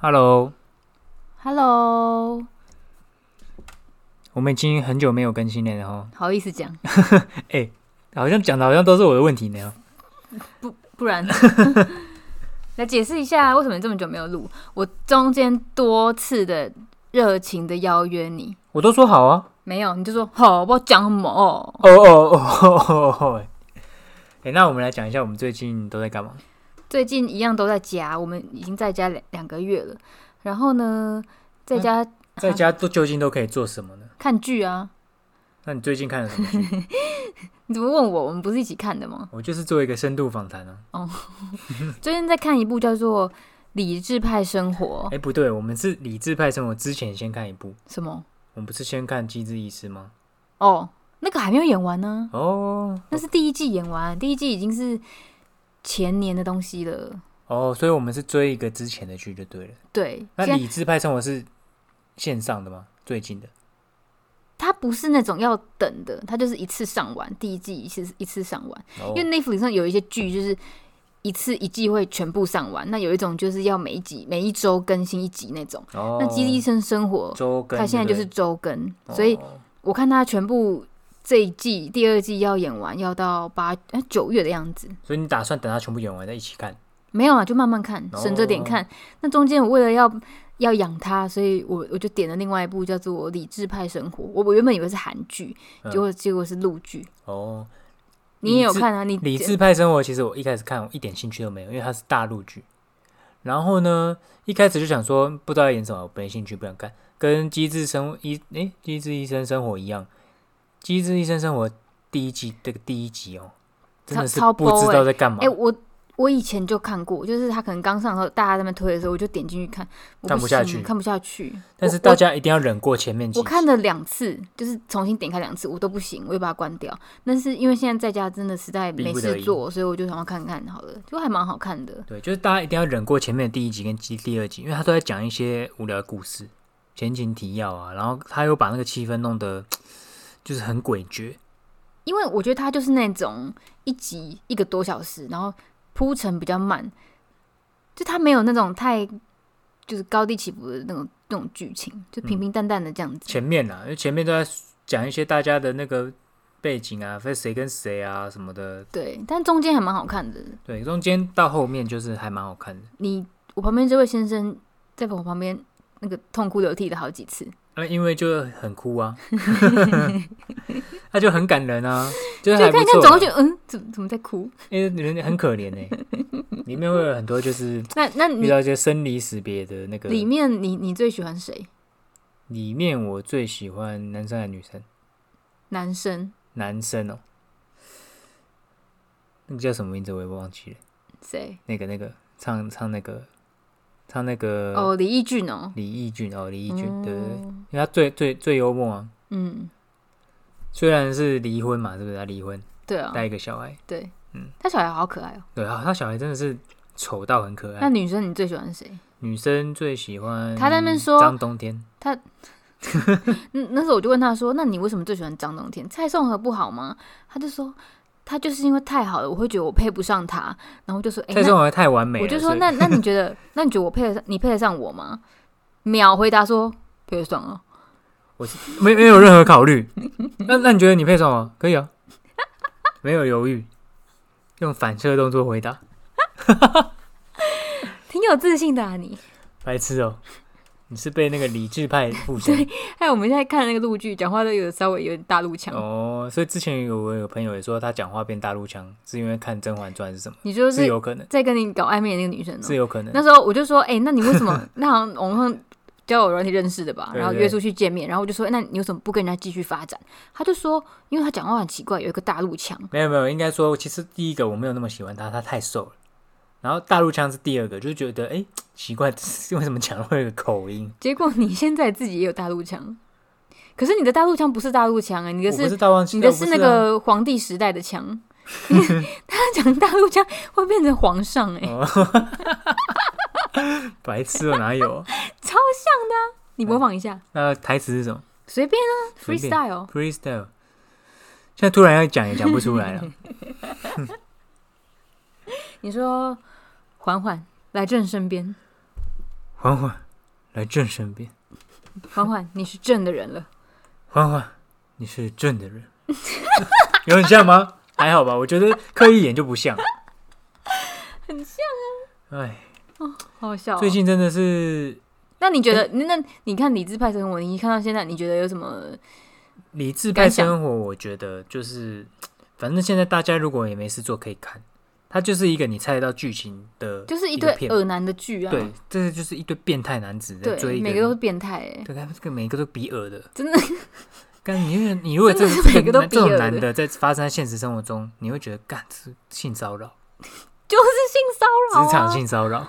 Hello， Hello，我们已经很久没有更新了然后好意思讲，好像讲的好像都是我的问题呢哦。不然来解释一下为什么这么久没有录？我中间多次的热情的邀约你，我都说好啊，没有，你就说好，我讲什么哦？哦哦哦哦哦。哎、诶那我们来讲一下我们最近都在干嘛？最近一样都在家，我们已经在家两两个月了。然后呢，在家在家都究竟都可以做什么呢？看剧啊？那你最近看了什 么剧？你怎么问我？我们不是一起看的吗？我就是做一个深度访谈啊。最近在看一部叫做《理智派生活哎、》，不对，我们是理智派生活之前先看一部，什么？我们不是先看《机智医师》吗？哦，那个还没有演完呢、哦那是第一季演完，第一季已经是前年的东西了。哦，所以我们是追一个之前的剧就对了。对，那现在理智派生活是线上的吗？最近的？它不是那种要等的，它就是一次上完第一季一次一次上完，哦因为 Netflix 上有一些剧就是一次一季会全部上完，那有一种就是要每一集每一周更新一集那种。哦，那《基地生生活》周更，它现在对就不是对周更，所以哦我看它全部这一季第二季要演完，要到八呃九月的样子。所以你打算等它全部演完再一起看？没有啊，就慢慢看，哦省着点看。那中间我为了要要养它，所以我我就点了另外一部叫做《理智派生活》。我我原本以为是韩剧，嗯结果结果是陆剧。哦，你也有理智看啊？你《理智派生活》其实我一开始看我一点兴趣都没有，因为它是大陆剧。然后呢，一开始就想说不知道要演什么，没兴趣，不想看。跟《机智生活医》诶，《机智医生生活》一样，《机智医生生活》第一季这个第一集哦，真的是超超不知播道欸在干嘛哎、，我我以前就看过，就是他可能刚上的时候，大家在那边推的时候，我就点进去看，我看不下行去看不下去。但是我大家一定要忍过前面几我集。我看了两次，就是重新点开两次，我都不行，我就把它关掉。但是因为现在在家真的实在逼没不得事已做，所以我就想要看看好了，就还蛮好看的。对，就是大家一定要忍过前面的第一集跟第第二集，因为他都在讲一些无聊的故事、前情提要啊，然后他又把那个气氛弄得就是很诡谲。因为我觉得它就是那种一集一个多小时，然后铺陈比较慢，就它没有那种太就是高低起伏的那种那种剧情，就平平淡淡的这样子。前面啊啦，因为前面都在讲一些大家的那个背景啊，分谁跟谁啊什么的。对，但中间还蛮好看的。对，中间到后面就是还蛮好看的。你我旁边这位先生在我旁边那个痛哭流涕了好几次，那因为就很哭啊， 那就很感人啊，就是就还不看一看错走过啦。去，嗯，怎么怎么在哭？因为人家很可怜呢、里面会有很多就是那那遇你到一些生离死别的那个里面你你最喜欢谁？里面我最喜欢男生还是女生？男生男生哦，那个叫什么名字我也忘记了。谁？那个那个唱唱那个唱那个哦，李义俊哦，李翊君哦，呃李翊君、对对对，因嗯为他最最最幽默啊。嗯，虽然是离婚嘛，是不是？他离婚对啊，带一个小孩，对，嗯他小孩好可爱哦。对，他他小孩真的是丑到很可那爱。女生你最喜欢谁？女生最喜欢他在那边说张冬天，嗯，那时候我就问他说：“那你为什么最喜欢张冬天？蔡颂和不好吗？”他就说：“他就是因为太好了，我会觉得我配不上他。”然后就说：“哎、蔡那宗华太完美了，我就所说以那那你觉得，那你觉得我配得上你配得上我吗？”秒回答说：“配得上啊。没没有任何考虑。那那你觉得你配什么？可以啊，没有犹豫，用反射动作回答，”挺有自信的啊你。白痴哦、你是被那个理智派附身还有哎我们现在看的那个陆剧，讲话都有稍微有点大陆腔。哦。所以之前有我有朋友也说他讲话变大陆腔，是因为看《甄嬛传》是什么？你就是是有可能，在跟你搞暧昧的那个女生哦、是有可能。那时候我就说，哎、那你为 什么？那好像我们交友软体认识的吧，对然后对约出去见面，然后我就说，诶那你为什么不跟人家继续发展？他就说，因为他讲话很奇怪，有一个大陆腔。没有没有，应该说其实第一个我没有那么喜欢他，他太瘦了。然后大陆腔是第二个，就是觉得哎、诶奇怪，为什么讲会有个口音？结果你现在自己也有大陆 腔，可是你的大陆腔不是大陆腔啊、你的我不是是大忘记，你的我不是是那啊个皇帝时代 的腔。他讲大陆腔会变成皇上哎、哦 白痴哦，哪有？超像的啊、你模仿一下，那台词是什么？随便啊嗯随便，freestyle。 freestyle，现在突然要讲也讲不出来 了。你说，缓缓来朕身边，缓缓来朕身边，缓缓，你是正的人了。缓缓，你是正的人， 有很像吗？还好吧，我觉得刻意演就不像，很像啊。哎，好好笑哦、最近真的是那你觉得，那那你看理智派生活，你看到现在，你觉得有什么？理智派生活，我觉得就是，反正现在大家如果也没事做可以看，它就是一个你猜得到剧情的，就是一一堆个片恶男的剧啊，对，这就是一堆变态男子在追对，一每个个都是人，变态、欸，对，他们这个每一个都比尔的，真的。 干你如果你如果这真的是这每个都男这种比尔的男的在发生在现实生活中，你会觉得干是性骚扰，哦就是性骚扰、啊。职场性骚扰，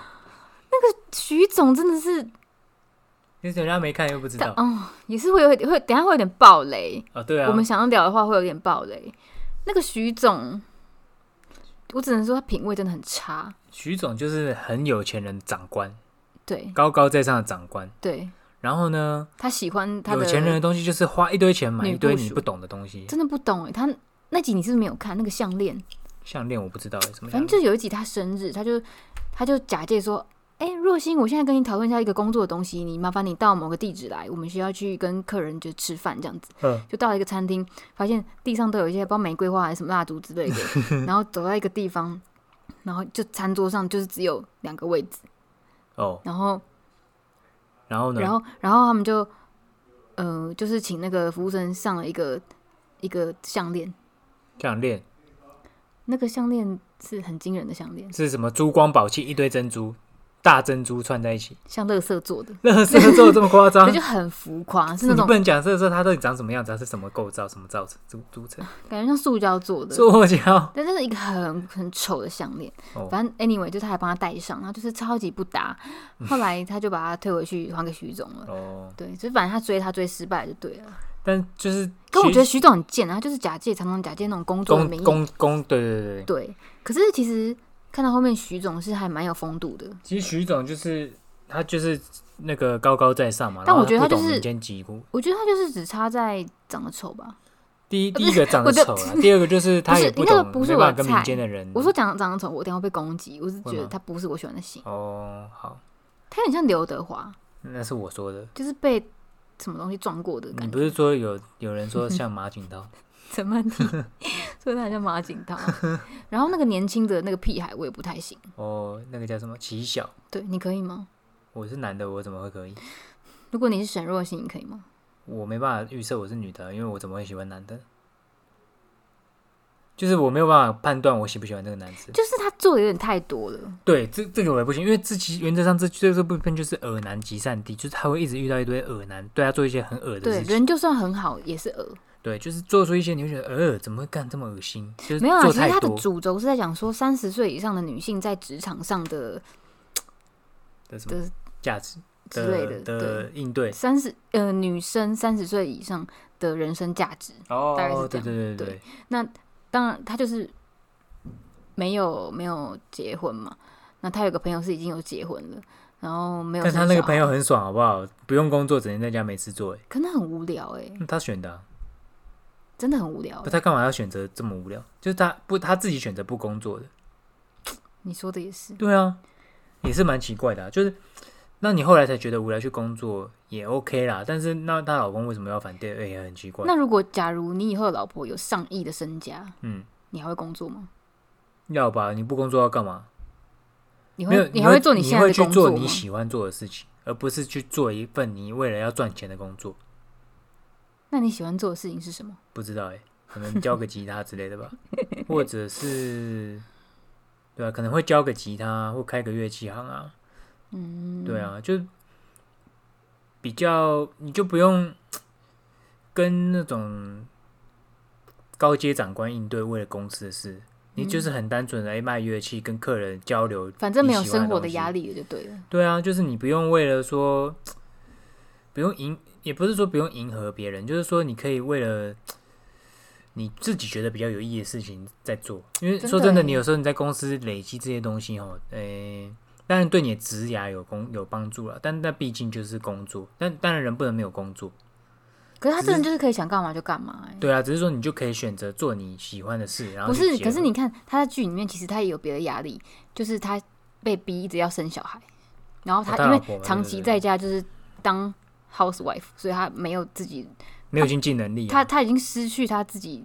徐总真的是，因为人家没看又不知他道哦，也是会有会，等一下会有点暴雷。哦，对啊，我们想要聊的话，会有点暴雷。那个徐总，我只能说他品味真的很差。徐总就是很有钱人长官，对高高在上的长官，对，然后呢，他喜欢他的有钱人的东西就是花一堆钱买女一堆部你署不懂的东西，真的不懂哎，他那集你是不是没有看那个项链？项链我不知道有哎什么反样正子，就有一集他生日，他就他就假借说，哎、若欣，我现在跟你讨论一下一个工作的东西，你麻烦你到某个地址来，我们需要去跟客人就吃饭这样子。嗯就到了一个餐厅，发现地上都有一些不知道玫瑰花还是什么蜡烛之类的，然后走到一个地方，然后就餐桌上就是只有两个位置，哦，然后然后呢，然后然后他们就呃就是请那个服务生上了一个一个项链，项链那个项链是很惊人的项链，是什么珠光宝气一堆珍珠，大珍珠串在一起，像乐色做的。乐色做得这么夸张所以？就很浮夸，是你那种不能讲这色它到底长什么样子，它是什么构造、什么造成、组组 成？感觉像塑胶做的，塑胶但这是一个很很丑的项链。哦反正 anyway，就他还帮他戴上，然后就是超级不搭。嗯后来他就把它退回去还给徐总了。哦，对，就反正他追他追失败就对了。但就是可我其觉得实徐总很贱啊，他就是假借常常假借那种工作的名公义。公公，对对对对，对，可是其实看到后面徐总是还蛮有风度的，其实徐总就是他就是那个高高在上嘛，然但后我觉得不他就懂是民间疾苦。我觉得他就是只差在长得丑吧。第一第一个长得我就丑了，第二个就是他不是也不那个懂，不是没我办法的跟菜民间的人。我说长长得丑，我等一下会被攻击。我是嗯会觉得吗他不是我喜欢的型，哦，好，他很像刘德华，那是我说的。就是被什么东西撞过的感你觉。不是说有有人说像马景涛？ 陈曼婷，所以他叫马景涛。然后那个年轻的那个屁孩，我也不太行。哦，那个叫什么齐晓？对，你可以吗？我是男的，我怎么会可以？如果你是沈若曦，你可以吗？我没办法预测我是女的，因为我怎么会喜欢男的？就是我没有办法判断我喜不喜欢这个男子。就是他做的有点太多了。对，这这个我也不行，因为这其原则上这这这部片就是恶男集散地，就是他会一直遇到一堆恶男，对他做一些很恶的对，事情。人就算很好，也是恶。对，就是做出一些你会觉得，呃，怎么会干这么恶心？就是没有啊，做其实太他的多主轴是在讲说，三十岁以上的女性在职场上的的什么的价值之类的，的对，应对。三十呃女生三十岁以上的人生价值。大概是哦，这对对对样对对，当然，他就是没有没有结婚嘛。那他有个朋友是已经有结婚了，然后没有但生小啊他孩。那个朋友很爽，好不好？不用工作，整天在家没事做，哎可能很无聊哎、嗯他选的啊、真的很无聊欸不，。他干嘛要选择这么无聊？就是他不他自己选择不工作的，你说的也是，对啊，也是蛮奇怪的、啊。就是那你后来才觉得无聊去工作也 OK 啦，但是那她老公为什么要反对？哎、也很奇怪。那如果假如你以后的老婆有上亿的身家，嗯，你还会工作吗？要吧？你不工作要干嘛？你没有会，你还会会做你现在你的会工去作做吗你？喜欢做的事情，而不是去做一份你为了要赚钱的工作。那你喜欢做的事情是什么？不知道哎、可能教个吉他之类的吧，或者是对啊，可能会教个吉他或开个乐器行啊，嗯，对，啊，就比较你就不用跟那种高阶长官应对，为了公司的事，你就是很单纯的哎卖乐器跟客人交流，反正没有你喜欢的生活的东西压力了，就对了。对啊，就是你不用为了说不用迎，也不是说不用迎合别人，就是说你可以为了你自己觉得比较有意义的事情在做。因为真的说真的，欸你有时候你在公司累积这些东西哦，诶、当然对你的职涯有工有帮助了，但那毕竟就是工作。但当然人不能没有工作，可是他只这人是就是可以想干嘛就干嘛、欸，对啊，只是说你就可以选择做你喜欢的事，然后不去是？结可是合你看他在剧里面，其实他也有别的压力，就是他被逼一直要生小孩，然后哦他他因老婆为嘛长对期对对在家就是当 housewife，所以他没有自己，没有经济能力、啊，他他已经失去他自己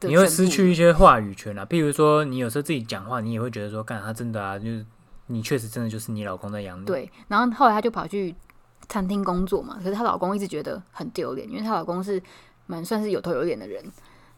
的，你会失去一。些话语权啊。譬如说，你有时候自己讲话，你也会觉得说，干他真的啊，就是你确实真的就是你老公在养你。，对，然后后来她就跑去餐厅工作嘛，可是她老公一直觉得很丢脸，因为她老公是蛮算是有头有脸的人。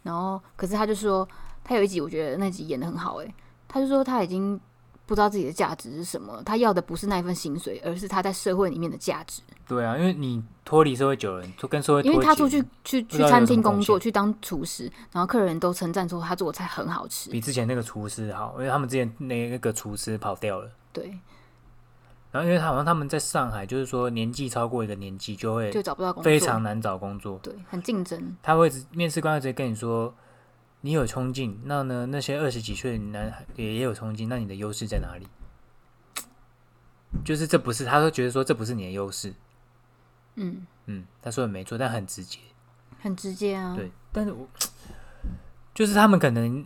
然后，可是她就说，她有一集我觉得那集演的很好、欸，诶，她就说她已经不知道自己的价值是什么，她要的不是那一份薪水，而是她在社会里面的价值。对啊，因为你脱离社会久了，就跟社会脱因为她出节去去不去知道有什餐么厅工贡作，献去当厨师，然后客人都称赞说她做的菜很好吃。比之前那个厨师好，因为他们之前那那个厨师跑掉了。对，然后因为他好像他们在上海，就是说年纪超过一个年纪就会就找不到工作，非常难找工作，对，很竞争。他会直面试官会直接跟你说。你有冲劲，那呢？那些二十几岁的男孩也也有冲劲，那你的优势在哪里？就是这不是，他都觉得说这不是你的优势。嗯，嗯，他说的没错，但很直接。很直接啊。对，但是我就是他们可能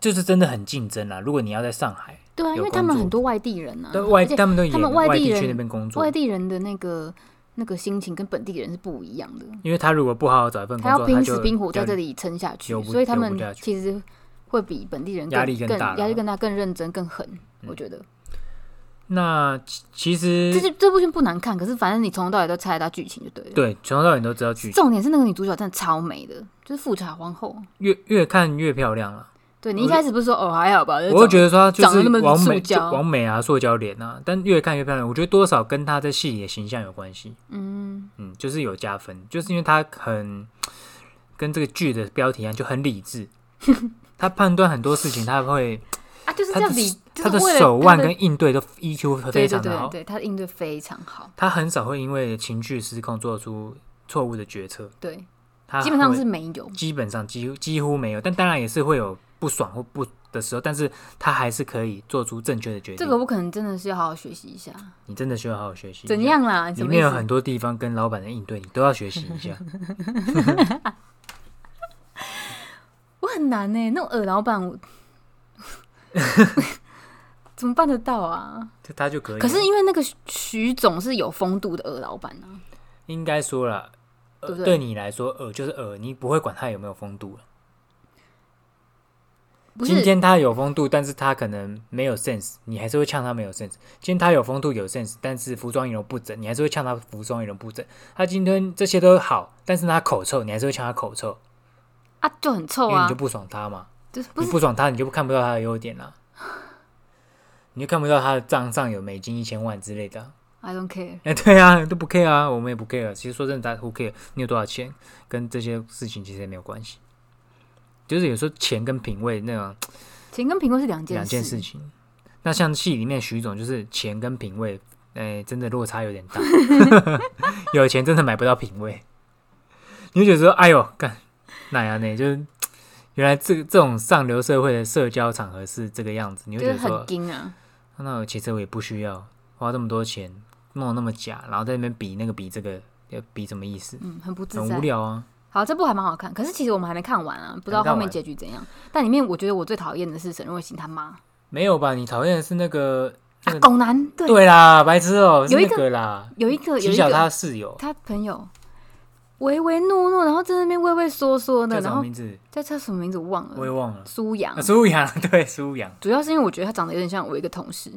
就是真的很竞争啦。如果你要在上海，对啊，有因为工他们作很多外地人啊，对外而且他们都他们演外地地去人那边工作外，地人的那个那个心情跟本地人是不一样的，因为他如果不好好找一份他工作，要他拼死就拼活在要这里撑下去留，不所以他留不们下去其实会比本地人压力更大压力啦更大、更认真、更狠。我觉得那其其实这这这部剧不难看，可是反正你从头到尾都猜得到剧情就对了。，对从头到尾你都知道剧情，重点是那个女主角真的超美的，就是富察皇后。越越看越漂亮了。对你一开始不是说哦还好吧，我会觉得得说她就长得是那么王塑美就胶王美啊，塑胶脸啊，但越看越漂亮。我觉得多少跟她在戏里的形象有关系。嗯嗯，就是有加分，就是因为他很跟这个剧的标题一样，就很理 智。他判断很多事情，他会啊就是他这样的比，就他的是为了手她腕的跟应对都 EQ 非对对常的对好，对，她的应对非常好，他很少会因为情绪失控做出错误的决策。对，他基本上会是没有。基本上几乎几乎没有，但当然也是会有不爽或不的时候，但是他还是可以做出正确的决定。这个我可能真的是要好好学习一下。你真的需要好好学习。怎？样啦？里什么意面有思？很多地方跟老板的应对，你都要学习一 下。我很难呢、欸那种耳老板 我怎么办得到啊？就他就可以啊了。可是因为那个徐徐总是有风度的耳老板啊，应该说了，呃对不对对你来说，呃，就是呃，你不会管他有没有风度了。不今是？天他有风度，但是他可能没有 sense，你还是会呛他没有 sense。今天他有风度有 sense，但是服装仪容不整，你还是会呛他服装仪容不整。他今天这些都好，但是他口臭，你还是会呛他口臭，啊，就很臭因为你啊就，不爽他嘛。就是不你是不爽他，你就看不到他的优点 啦，你就看不到他的账上有美金一千万之类的啊。 ？I don't care。哎、对啊，都不 care 啊，我们也不 care。其实说真的，大家 who care 你有多少钱，跟这些事情其实也没有关系。就是有时候钱跟品味那种钱跟苹果是两件两件事情。那像戏里面徐总就是钱跟品味，哎、真的落差有点 大。有钱真的买不到品味，你就觉得说，哎呦，干哪呀呢？就是原来这这种上流社会的社交场合是这个样子，你会就觉是得说很，硬啊。那我其实我也不需要花这么多钱弄得那么假，然后在那边比那个比这个，要比什么意思？嗯，很不自很在无。聊啊！好，这部还蛮好看，可是其实我们还没看完啊，不知道还没看完后面结局怎样。但里面我觉得我最讨厌的是沈若曦他妈没有吧？你讨厌的是那个那啊个，狗男，对，对啦，白痴哦、是有一那个个啦，有一个有提一小个他的室友他朋友唯唯诺诺，然后在那边畏畏缩缩叫的，什然么后名字？叫他什么名字我忘我也了，忘了。苏阳啊，。苏阳， 对苏阳，主要是因为我觉得他长得有点像我一个同事，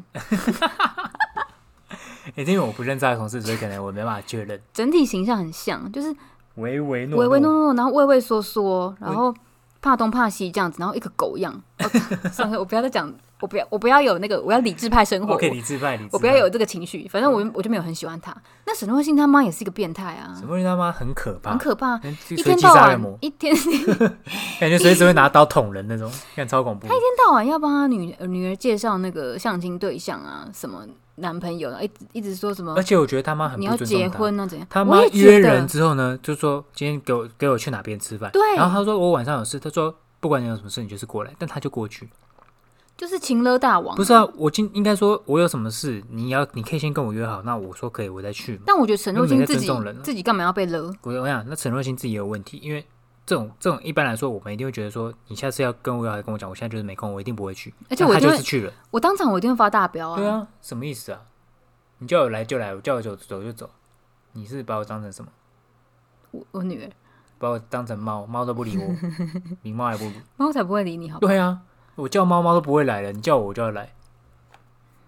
也、因为我不认识他的同事，所以可能我没办法确认。整体形象很像，就是唯唯诺唯唯诺诺，然后畏畏缩缩，然后怕东怕西这样子，然后一个狗样。哦、 算了，我不要再讲，我不要，我不要有那个，我要理智派生活 OK，理哦智派，理智派。嗯我不要有这个情绪。反正我我就没有很喜欢他。那沈若欣他妈也是一个变态啊沈，慧啊君他妈很可怕，很可怕，跟随一机天到杀人晚魔，一天 一天感觉哎随时会拿刀捅人那种，看超恐怖。到晚要帮他女女儿介绍那个相亲对象啊，什么男朋友，一直一直说什么而且我觉得他妈很你不要尊重结他。婚啊怎样？他我妈也约觉人得之后呢，就说今天给我给我去哪边吃饭，对然后他说我晚上有事，他说不管你有什么事，你就是过来，但他就过去。就是情勒大王，不是啊，我今应该说我有什么事，你要你可以先跟我约好，那我说可以，我再去嘛。但我觉得沈若那欣没在自己尊重人啊自己干嘛要被勒？我我想，那陈若欣自己也有问题，因为这种这种一般来说，我们一定会觉得说，你下次要跟我要来跟我讲，我现在就是没空，我一定不会去。而且但我他一定就会是去了，我当场我一定会发大飙啊！对啊，什么意思啊？你叫我来就来，我叫我走走就走，你是把我当成什么？我我女儿把我当成猫，猫都不理 我，你猫也不理。猫才不会理你，好吧？对啊，我叫猫猫都不会来了，你叫我我就要来，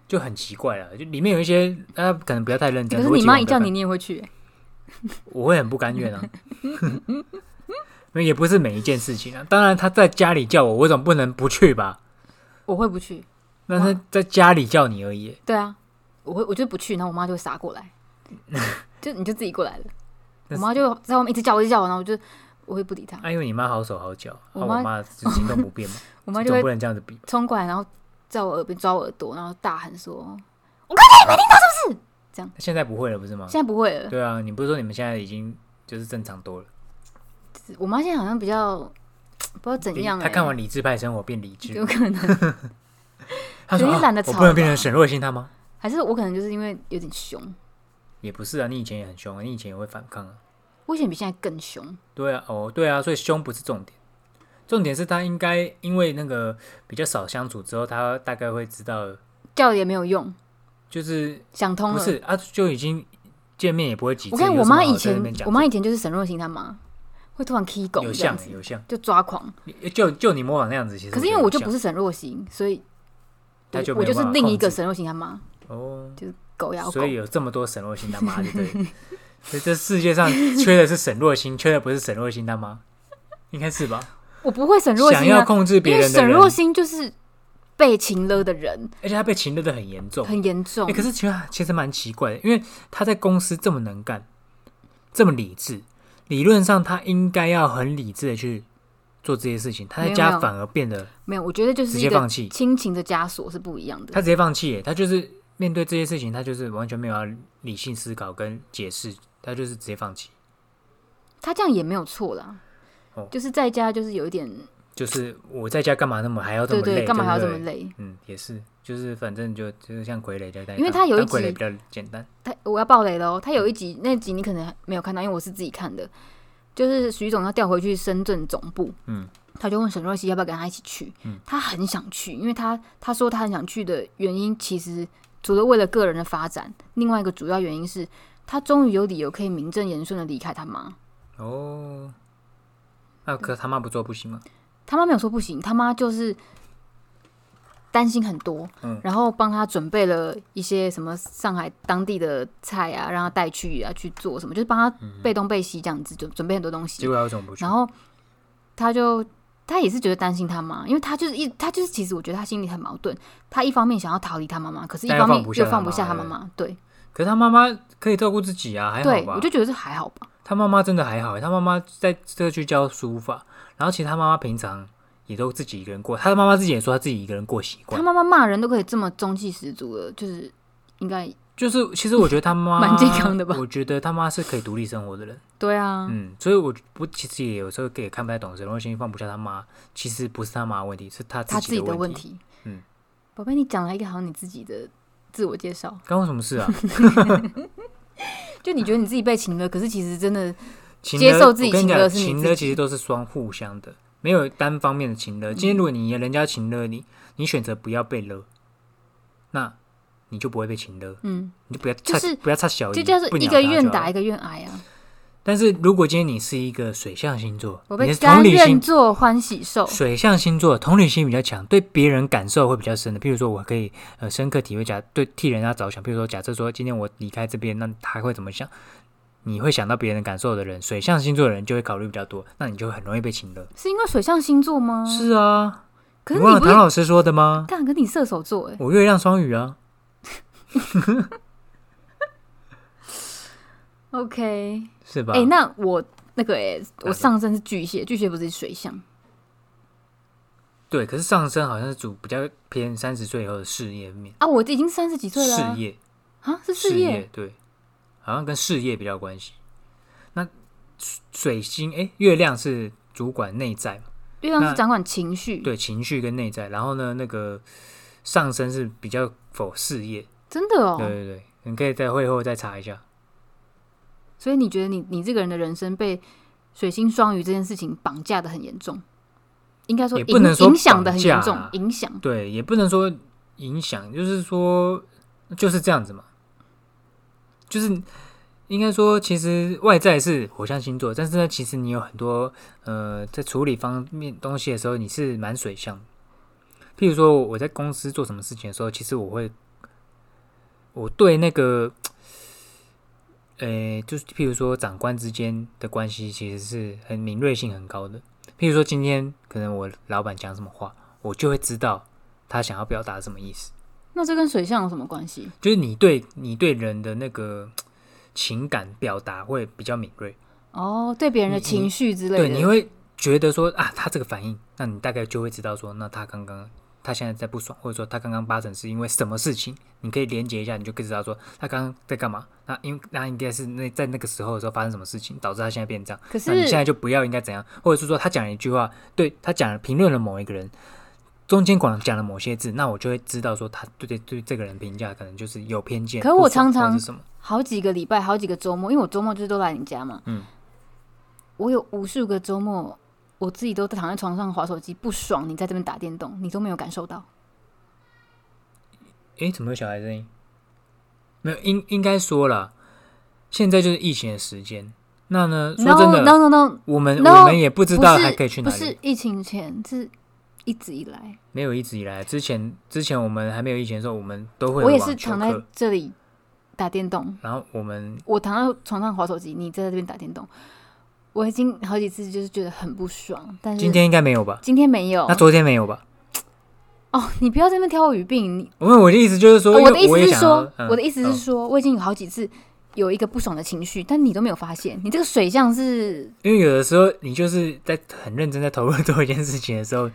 就很奇怪了。就里面有一些，呃，可能不要太认真。可是我会你希妈望一不要叫太你，你也会去、欸我会很不甘愿啊。 那也不是每一件事情啊，当然他在家里叫我，我总不能不去吧？我会不去。那他在家里叫你而已耶，对啊，我会我就不去，然后我妈就会杀过 来，就你就自己过来了。我那是妈就在外面一直叫，我一直叫我，然后我就我也不理她，啊，因为你妈好手好脚，啊，我我妈妈就行动不便嘛， 我妈就总会不能这样子比吧。冲过来，然后在我耳边抓我耳朵，然后大喊说：“啊我现在不会了，不是吗？现在不会了。对啊，你不是说你们现在已经就是正常多了？我妈现在好像比较不知道怎样、欸，他看完《理智派生活》变理智，有可能， 他说、可啊能懒得、我吵不能变吧成沈若欣他吗？还是我可能就是因为有点凶，也不是啊，你以前也很凶啊，你以前也会反抗啊。我以前比现在更凶。对啊，哦，对啊，所以凶不是重点，重点是他应该因为那个比较少相处之后，他大概会知道，叫了也没有用，就是想通不了。是啊，就已经见面也不会几次。我看有我什么好妈以在那前边，讲我妈以前就是沈若欣她妈，会突然 K 这狗个有这样像子，有像，就抓狂。就就你模仿那样子，其实可是因为我就觉得不很是沈若欣，所以她就我没有就是办法另一个控制沈若欣她妈，像哦，狗咬狗所。以有这么多沈若欣他妈，对不 对了？所以这世界上缺的是沈若欣，缺的不是沈若欣他妈，应该是吧？我不会沈若想欣要啊，控制别因为人的沈人，若欣就是被情勒的人，而且他被情勒的很严重。很严重欸。可是其实其实蛮奇怪的，因为他在公司这么能干，这么理智，理论上他应该要很理智的去做这些事情，他在没有没家有反而变得没有，我觉得就是直一接个放弃，哦亲情的枷锁是不一样他的。直接放弃耶，他就是面对这些事情，他就是完全没有要理性思考跟解释，他就是直接放弃，他这样也没有错啦哦，就是在家就是有一点，就是我在家干嘛那么还要这对么累，对，干嘛还要对这不么对累？嗯，也是，就是反正就就是像傀儡在那里因为当他有一当傀儡集比较简单，他我要爆雷了哦，他有一集那集你可能没有看到，因为我是自己看的，就是徐总要调回去深圳总部，嗯，他就问沈若曦要不要跟他一起去，嗯他很想去，因为他他说他很想去的原因，其实除了为了个人的发展，另外一个主要原因是他终于有理由可以名正言顺的离开他妈，哦，那可他妈不做不行吗？他妈没有说不行，他妈就是担心很多，嗯然后帮他准备了一些什么上海当地的菜啊，让他带去啊去做什么，就是帮他备东备西这样子，就准备很多东西嗯结。果他为什么不去？然后他就他也是觉得担心他妈，因为他就是一他就是其实我觉得他心里很矛盾，他一方面想要逃离他妈妈，可是一但又方面放不下又他放不妈下他对妈妈。对可是他妈妈可以照顾自己啊，还好对，吧我？就觉得这还好吧。他妈妈真的还好欸，他妈妈在社区教书法，然后其实他妈妈平常也都自己一个人过，他的妈妈自己也说他自己一个人过习他惯，妈妈骂人都可以这么中气十足的，就是嗯应该就是其实我觉得他妈 蛮健康的吧我觉得他妈是可以独立生活的人，对啊，嗯，所以我我其实也有时候也看不太懂沈若欣放不下他妈，其实不是他妈的问题，是他他自己的问问题。题。嗯，宝贝，你讲了一个好像你自己的自我介绍，关我什么事啊？就你觉得你自己被情了，可是其实真的情接勒受自己我跟你情讲，勒是你情自勒己其实都是双互相的，没有单方面的情勒。嗯今天如果你人家情勒你，你选择不要被勒，那你就不会被情勒，嗯，你就不要就差是不要差小姨，就叫做不一鸟个他愿就打好一个愿挨啊。但是如果今天你是一个水象星座，我你被是甘同理愿心，做欢喜受，水象星座同理心比较强，对别人感受会比较深的。譬如说，我可以呃深刻体会假对替人家着想。譬如说，假设说今天我离开这边，那他会怎么想？你会想到别人的感受的人，水象星座的人就会考虑比较多，那你就很容易被情勒。是因为水象星座吗？是啊，哦可你是忘你了不唐是老师说的吗？干，可是你射手座哎、我月亮双鱼啊， OK，是吧？哎、那我那个哎、哪个我上升是巨蟹，巨蟹不是水象，对，可是上升好像是主比较偏三十岁以后的事业面，啊，我已经三十几岁了啊、事业啊，是事事业，对，好像跟事业比较有关系。那水水星哎、月亮是主管内在嘛？月亮那是掌管情绪，对情绪跟内在，然后呢，那个上升是比较否事业，真的对哦。对对，你可以在会后再查一下。所以你觉得你你这个人的人生被水星双鱼这件事情绑架的很严重，应该说也影不能说影响的很严绑架重啊，影响对，也不能说影响，就是说就是这样子嘛。就是应该说，其实外在是火象星座，但是呢，其实你有很多呃，在处理方面东西的时候，你是蛮水象的。譬如说，我在公司做什么事情的时候，其实我会，我对那个，呃，就是譬如说长官之间的关系，其实是很敏锐性很高的。譬如说今天可能我老板讲什么话，我就会知道他想要表达什么意思。那这跟水象有什么关系？就是你对你对人的那个情感表达会比较敏锐，哦，对别人的你情绪之类对，的，你会觉得说啊，他这个反应，那你大概就会知道说，那他刚刚他现在在不爽，或者说他刚刚八成是因为什么事情，你可以连接一下，你就可以知道说他刚刚在干嘛。那因为那应该是那在那个时候的时候发生什么事情，导致他现在变这样。可那你是现在就不要应该怎样，或者是说他讲了一句话，对他讲评论了某一个人，中间广讲了某些字，那我就会知道说他对对对这个人评价可能就是有偏见。可我不爽常常或者是什么，好几个礼拜，好几个周末，因为我周末就是都来你家嘛。嗯，我有无数个周末，我自己都躺在床上划手机，不爽你在这边打电动，你都没有感受到。诶，怎么有小孩声音？没有，应应该说了，现在就是疫情的时间。那呢，说 no 真的 no no no，我们，no，我们也不知道不是还可以去不哪里是。疫情前，是一直以来，没有一直以来，之前之前我们还没有疫情的时候，我们都会有我也网是球躺在课这里打电动，然后我们我躺在床上划手机，你在这边打电动。我已经好几次就是觉得很不爽，但是今天应该没有吧？今天没有那昨天没有吧？哦，你不要在那边挑我语病，你我我的意思就是说，哦我因的为意思也是想说要，嗯我的意思哦是说，我已经有好几次有一个不爽的情绪，但你都没有发现。你这个水象是因为有的时候你就是在很认真在投入做一件事情的时候，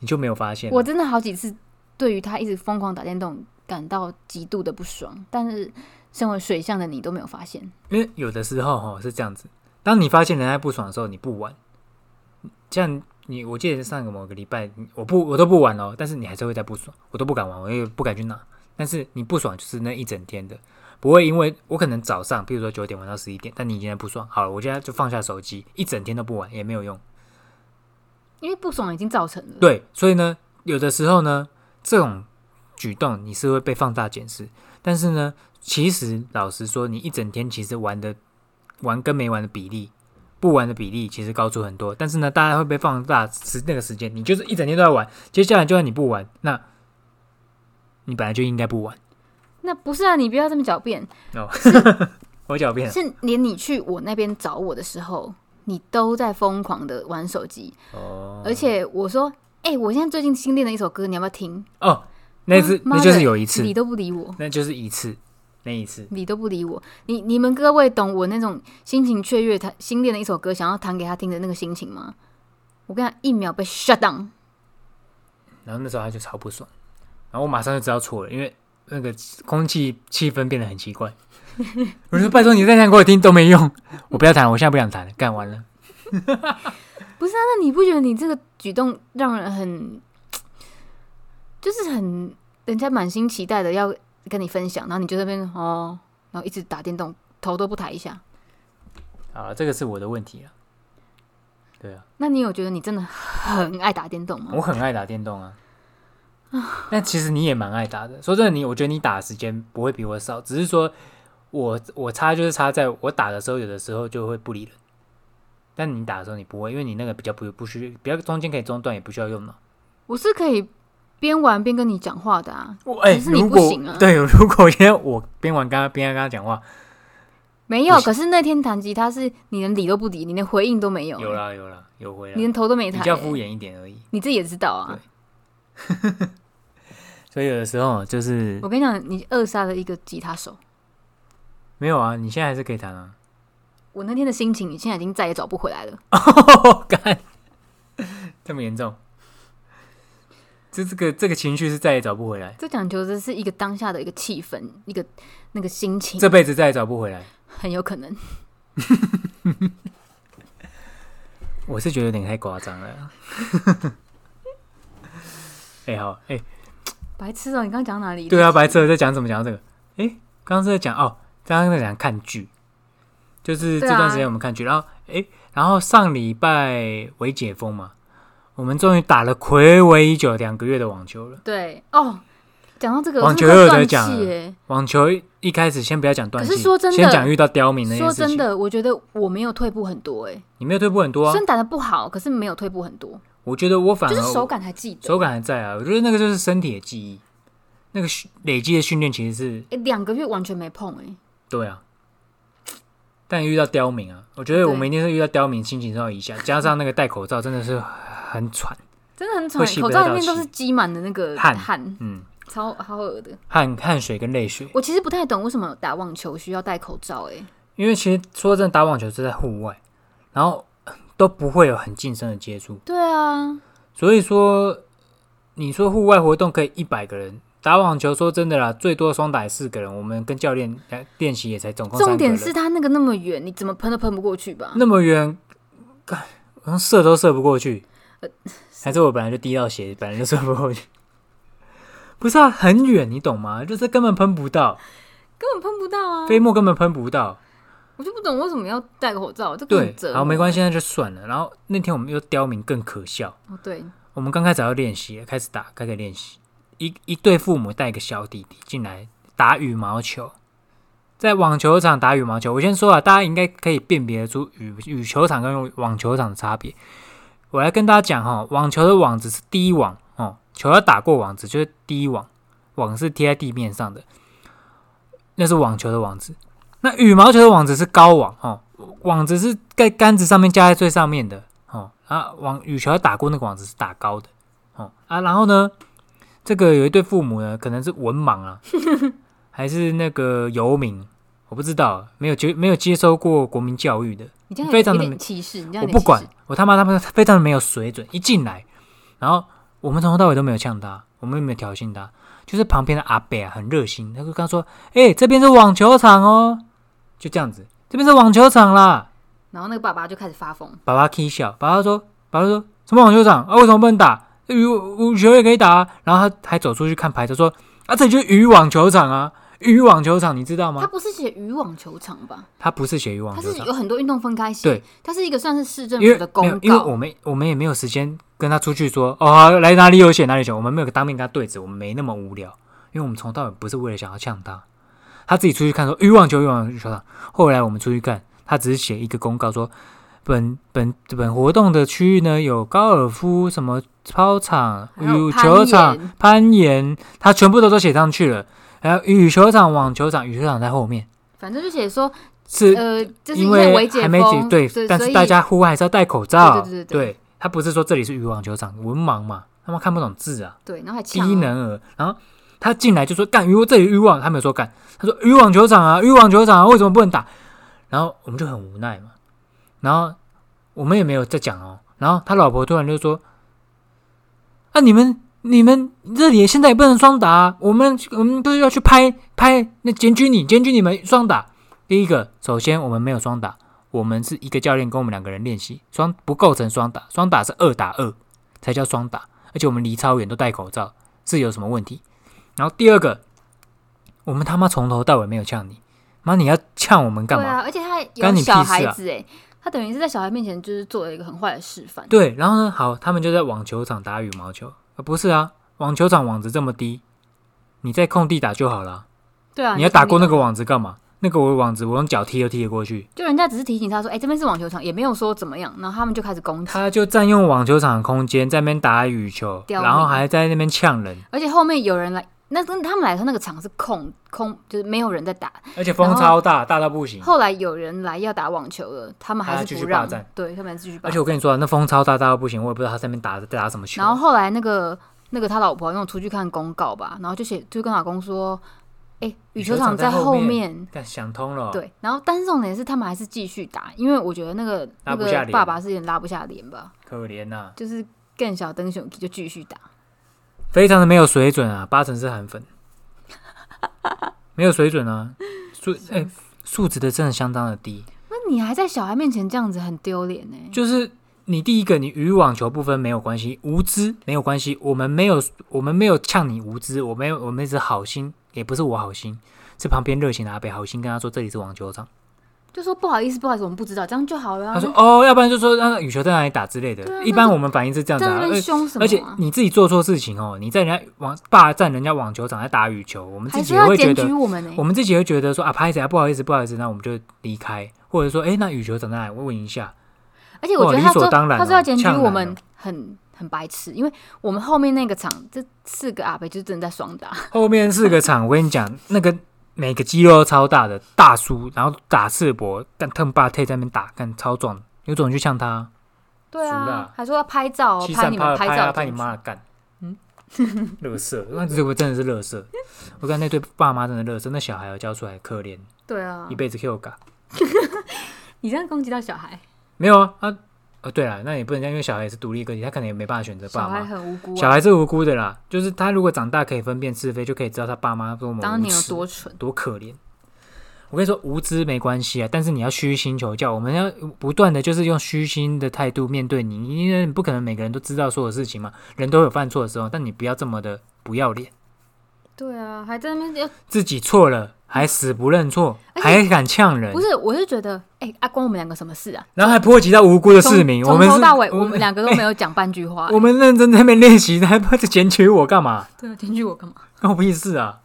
你就没有发现。啊我真的好几次对于他一直疯狂打电动感到极度的不爽，但是身为水象的你都没有发现。因为有的时候哈是这样子，当你发现人家不爽的时候，你不玩，像你我记得上个某个礼拜，你我不我都不玩哦，但是你还是会在不爽，我都不敢玩，我也不敢去拿。但是你不爽就是那一整天的，不会因为我可能早上，比如说九点玩到十一点，但你今天不爽，好了，我现在就放下手机，一整天都不玩也没有用。因为不爽已经造成了，对，所以呢，有的时候呢，这种举动你是会被放大检视，但是呢，其实老实说，你一整天其实玩的玩跟没玩的比例，不玩的比例其实高出很多。但是呢，大家会被放大时那个时间，你就是一整天都在玩，接下来就算你不玩，那你本来就应该不玩。那不是啊，你不要这么狡辩，哦，我狡辩了是连你去我那边找我的时候，你都在疯狂的玩手机，哦而且我说，哎、我现在最近新练了一首歌，你要不要听？哦，那次妈那的就是有一次理，都不理我。那就是一次，那一次。理都不理我。你你们各位懂我那种心情雀跃，他新练的一首歌，想要弹给他听的那个心情吗？我跟他一秒被 shut down，然后那时候他就超不爽，然后我马上就知道错了，因为那个空气气氛变得很奇怪。 我说拜托你再弹给我听都没用，我不要弹，我现在不想弹了，干完了。那你不觉得你这个举动让人很，就是很人家满心期待的要跟你分享，然后你就在那边哦，然后一直打电动，头都不抬一下。好啊了，这个是我的问题了。对啊，那你有觉得你真的很爱打电动吗我？很爱打电动啊，但其实你也蛮爱打的。说真的你，我觉得你打的时间不会比我少，只是说我我差就是差在我打的时候，有的时候就会不理人，但你打的时候你不会，因为你那个比较不不需比较中间可以中断，也不需要用脑。我是可以边玩边跟你讲话的啊，我哎、可是你如不果行啊对， 如果今天我边玩刚刚边跟他讲话，没有。不行可是那天弹吉他是你连理都不理，你连回应都没有，啊有啦有啦有回你来，连头都没比抬、较欸敷衍一点而已。你自己也知道啊。所以有的时候就是我跟你讲，你扼杀了一个吉他手。没有啊，你现在还是可以弹啊。 我那天的心情，你现在已经再也找不回来了。干，这么严重？这这个这个情绪是再也找不回来，这讲求的是一个当下的一个气氛，一个那个心情，这辈子再也找不回来。很有可能。我是觉得有点太夸张了。 哎、好，哎、白痴哦、你刚刚讲哪里？对啊，白痴在讲什么？讲到这个，诶，刚刚是在讲哦，刚刚在讲看剧，就是这对啊段时间我们看剧，然后诶，然后上礼拜为解封嘛，我们终于打了暌违已久两个月的网球了。对哦，讲到这个，网我球真的又快有断得气讲了耶。网球一一开始先不要讲断气，可是说真的先讲遇到刁民那件说事情。真的，我觉得我没有退步很多哎，你没有退步很多啊虽。然打的不好，可是没有退步很多，我觉得我反就而是手感还记得。手感还在啊。我觉得那个就是身体的记忆，那个训累积的训练其实是哎，两个月完全没碰哎，对啊。但遇到刁民啊，我觉得我对们一定是遇到刁民，心情受到影响，加上那个戴口罩真的是很喘，真的很会喘，吸口不罩太到里面都气是积满的那个汗汗嗯，超好恶的。汗汗水跟泪水。我其实不太懂为什么打网球需要戴口罩哎，因为其实说真的，打网球是在户外，然后都不会有很近身的接触，对啊，所以说你说户外活动可以一百个人。打网球说真的啦，最多双打也四个人，我们跟教练来练习也才总共三个重人。点是它那个那么远，你怎么喷都喷不过去吧？那么远，干好像射都射不过去，呃还是我本来就低到鞋，本来就射不过去。不是啊，很远，你懂吗？就是根本喷不到，根本喷不到啊！飞沫根本喷不到。我就不懂为什么要戴口罩，这个对很折，磨好，没关系，那就算了。然后那天我们又刁民更可笑，哦。对，我们刚开始要练习，开始打，开始练习。一一对父母带一个小弟弟进来打羽毛球，在网球场打羽毛球。我先说啊，大家应该可以辨别出羽羽球场跟网球场的差别。我来跟大家讲哈、网球的网子是第一网哦，球要打过网子就是第一网，网是贴在地面上的，那是网球的网子。那羽毛球的网子是高网哦，网子是在杆子上面架在最上面的哦啊，网羽球要打过那个网子是打高的哦啊，然后呢，这个有一对父母呢，可能是文盲啊， 还是那个游民，我不知道，没有接没有接受过国民教育的，你这样非常有地点没歧视，你这我样有点不管歧视，我他妈他们非常的没有水准，一进来，然后我们从头到尾都没有呛他，我们也没有挑衅他，就是旁边的阿伯啊很热心，他就跟他说：“哎、这边是网球场哦。”就这样子，这边是网球场啦。然后那个爸爸就开始发疯，爸爸 K 笑，爸爸说：“爸爸说什么网球场啊？为什么不能打？羽羽球也可以打、啊。”然后他还走出去看牌子说：“啊，这里就是羽网球场啊，羽网球场，你知道他吗？不是写渔网球场吧？它不是写羽网他球是场。”有很多运动分开写，对，它是一个算是市政因为府的没公有，因为告我，们我们也没有时间跟他出去说哦，好来哪里有写哪里有写，我们没有当面跟他对峙，我们没那么无聊，因为我们从头到尾不是为了想要呛他，他自己出去看说欲望球欲望球场，后来我们出去看，他只是写一个公告说。本本本活动的区域呢，有高尔夫、什么操场、还有羽攀球场岩、攀岩，他全部都都写上去了。还有羽球场、网球场，羽球场在后面，反正就写说，是呃，这是因为微解还没解封，对所以，但所是以大家户外还是要戴口罩。对对对对他不是说这里是渔网球场，文盲嘛，他们看不懂字啊，对，然后还低呛哦能儿。然后他进来就说干渔网，这里渔网，他没有说干，他说渔网球场啊，渔网球场啊，为什么不能打？然后我们就很无奈嘛，然后我们也没有再讲哦。然后他老婆突然就说：“啊，你们你们这里现在也不能双打、啊，我们我们就是要去拍拍那检举你，检举你们双打。第一个，首先我们没有双打，我们是一个教练跟我们两个人练习，双不构成双打，双打是二打二才叫双打，而且我们离超远都戴口罩，是有什么问题？然后第二个，我们他妈从头到尾没有呛你，妈你要呛我们干对嘛？啊，而且他干有你屁小事孩啊子哎，他等于是在小孩面前就是做了一个很坏的示范，对，然后呢，好，他们就在网球场打羽毛球，呃不是啊，网球场网子这么低，你在空地打就好了。对啊，你要打过那个。个网子干嘛？那个我网子我用脚踢都踢得过去。就人家只是提醒他说，哎、这边是网球场，也没有说怎么样，然后他们就开始攻击，他就占用网球场的空间，在那边打羽球，刁民然后还在那边呛人，而且后面有人来，那跟他们来说那个场是空空，就是没有人在打。而且风超大，大到不行。后来有人来要打网球了，他们嗯大还家继是续不霸让占，对，他们还是继续霸而占且。我跟你说啊，那风超大，大到不行，我也不知道他在那边打打什么球。然后后来那个那个他老婆因为我出去看公告吧，然后就写就跟老公说，哎、羽球场在后面。干想通了，，对，然后但是重点是他们还是继续打，因为我觉得那个拉那不下个脸爸爸是有点拉不下脸吧，可怜啊呐、就是更小灯熊就继续打。非常的没有水准啊，八成是韩 粉，没有水准啊，素哎、素质的真的相当的低。那你还在小孩面前这样子很丢脸欸呢？就是你第一个，你与网球不分没有关系，无知没有关系，我们没有我们没有呛你无知，我没有我们只是好心，也不是我好心，是旁边热情的阿北好心跟他说这里是网球场，就说不好意思，不好意思，我们不知道，这样就好了啊、他说哦，要不然就说让羽球在哪里打之类的。对啊一般我们反应是这样子、在啊，那而边凶什么、啊？而且你自己做错事情哦，你在人家网霸占人家网球场在打羽球，我们自还己是也要会觉检得举，我们呢、欸我们自己也会觉得说啊，拍谁啊，不好意思，不好意思，那我们就离开，或者说哎、诶那羽球场在哪里？我问一下。而且我觉得哇他理所说当然他说哦要检举呛人我哦们很很白痴，因为我们后面那个场这四个阿伯就是真的在双打，后面四个场，我跟你讲，那个每个肌肉都超大的大叔，然后打赤膊，干腾霸退在那边打，干超壮，有种你去呛他啊，对熟啊啦，还说要拍照、哦欺，拍善你怕们恶，拍照，啊拍你妈的！干，嗯， 乐色，那这个真的是乐色，我看那对爸妈真的乐色，那小孩要教出来可怜，对啊一，辈子 Q 嘎，你这样攻击到小孩，没有啊啊，呃对了，那也不能这样，因为小孩也是独立个体，他可能也没办法选择小爸孩妈。很无辜、小啊，孩是无辜的啦，就是他如果长大可以分辨是非，就可以知道他爸妈多么当无年有耻多蠢。多可怜。我跟你说，无知没关系啊，但是你要虚心求教。我们要不断的就是用虚心的态度面对你，因为你不可能每个人都知道所有事情嘛，人都有犯错的时候，但你不要这么的不要脸，对啊，还在那边要自己错了还死不认错，而且还敢呛人不，是，我是觉得，哎、啊，关我们两个什么事啊？然后还波及到无辜的从市民。我从们头是到尾，我我们两个都没有讲半句话、 我们认真在那边练习，还不检举我干嘛？对啊，检举我干嘛？关我屁事啊！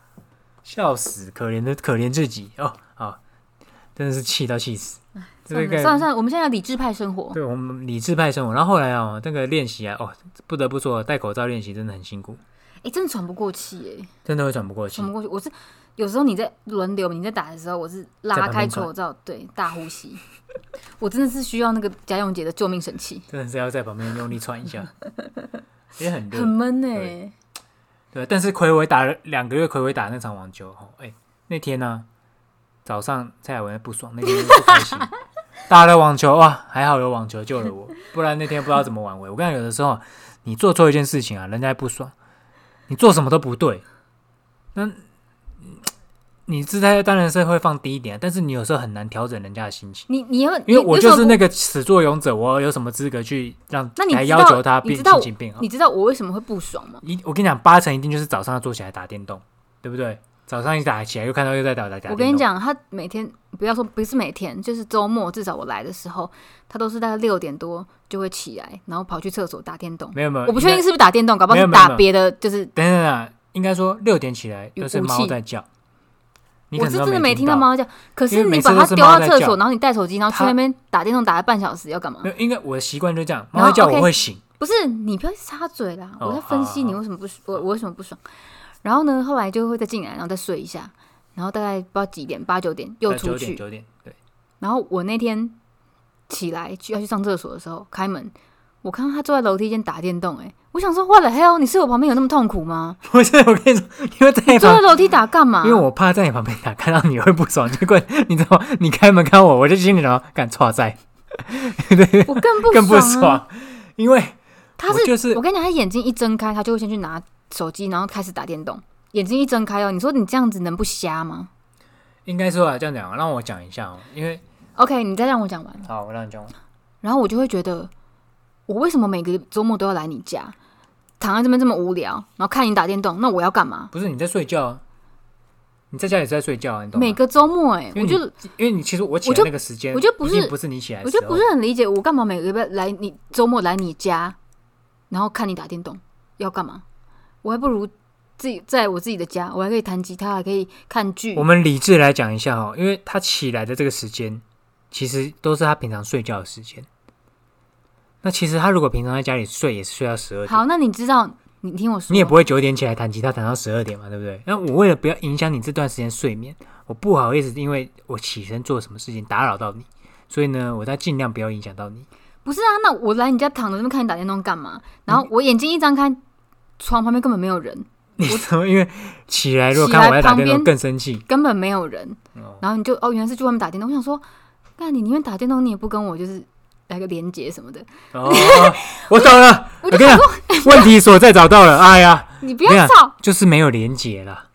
笑死，可怜的可怜自己哦，好，真的是气到气死。这算了个算了算了，我们现在有理智派生活，对我们理智派生活，然后后来哦，那个练习啊，哦，不得不说，戴口罩练习真的很辛苦，哎、真的喘不过气哎、真的会喘不过气喘。不过气。我是有时候你在轮流你在打的时候，我是拉开口罩，对，大呼吸。我真的是需要那个家用姐的救命神器，真的是要在旁边用力喘一下，也很热很。闷哎、对对，但是葵伟打了两个月，葵伟打那场网球，哦，哎、那天呢、早上蔡雅文不爽，那天不开 心，打了网球哇，还好有网球救了我，不然那天不知道怎么挽回。我跟你讲，有的时候你做错一件事情啊，人家还不爽，你做什么都不对，那嗯你姿态当然是会放低一点，但是你有时候很难调整人家的心情。你你要因为我就是。你那个始作俑者，我有什么资格去让那你来知要道求他你变知道心情变好？你知道我为什么会不爽吗？一，我跟你讲，八成一定就是早上坐起来打电动，对不对？早上一打起来，又看到又在打打打。我跟你，讲，他每天不要说不是每天，就是周末，至少我来的时候，他都是大概六点多就会起来，然后跑去厕所打电动。没有没有，我不确定应是不是打电动，搞不好没有是没有打呃没有别的，就是该。等等等，应该说六点起来有就是武猫器在叫，你我可是能都真的没听听到？猫叫，可因是为每你次把都它是丢猫到在厕叫所，然后你带手机，然后去它那边打电动打了半小时，要干嘛没？有，应该我的习惯就这样，然猫后在叫我 OK 会醒。不是你不要插嘴啦，哦我在分析好好你为什么不爽，我我为什么不爽。然后呢，后来就会再进来，然后再睡一下，然后大概不知道几点，八九点又在出九点去。九点，对， 然后我那天起来去要去上厕所的时候，开门，我看到他坐在楼梯间打电动、欸，我想说，what the hell？你是我旁边有那么痛 苦吗？不是我跟你说，因为在坐在旁，楼梯打干嘛？因为我怕在你旁边打，看到你会不爽，结果你知道吗？你开门看到我，我就心里想说，敢错在我更 不更不爽、啊。爽，因为他我是就是我跟你讲，他眼睛一睁开，他就会先去拿手机，然后开始打电动。眼睛一睁开哦，你说你这样子能不瞎吗应该说啊，这样讲啊，让我讲一下哦，因为？OK，你再让我讲完，好，我让你讲完。然后我就会觉得，我为什么每个周末都要来你家，躺在这边这么无聊，然后看你打电动，那我要干嘛？不是你在睡觉啊，你在家也是在睡觉啊，你懂吗？每个周末、欸，哎，因为我你就因为你其实我起我来就那个时间，我就不是一定不是你起来的我时就候，不是很理解，我干嘛每个礼拜来你周末来你家，然后看你打电动，要干嘛？我还不如自己在我自己的家，我还可以弹吉他，还可以看剧我。们理智来讲一下哈、因为他起来的这个时间，其实都是他平常睡觉的时间。那其实他如果平常在家里睡，也是睡到十二点，好，那你知道，你听我说，你也不会九点起来弹吉他弹到十二点嘛，对不对？那我为了不要影响你这段时间睡眠，我不好意思，因为我起身做什么事情打扰到你，所以呢，我在尽量不要影响到你。不是啊？那我来你家躺着那边看你打电动嗯干嘛？然后我眼睛一张开，床旁边根本没有人，你怎么因为起来如果起看来我在打旁电动边更生气？根本没有人。哦然后你就哦，原来是去外面打电动。我想说，那你宁愿打电动，你也不跟我就是来个连接什么的。哦， 我懂了，我我跟就你讲， 问题所在找到了。哎呀，你不没有要吵，就是没有连结啦。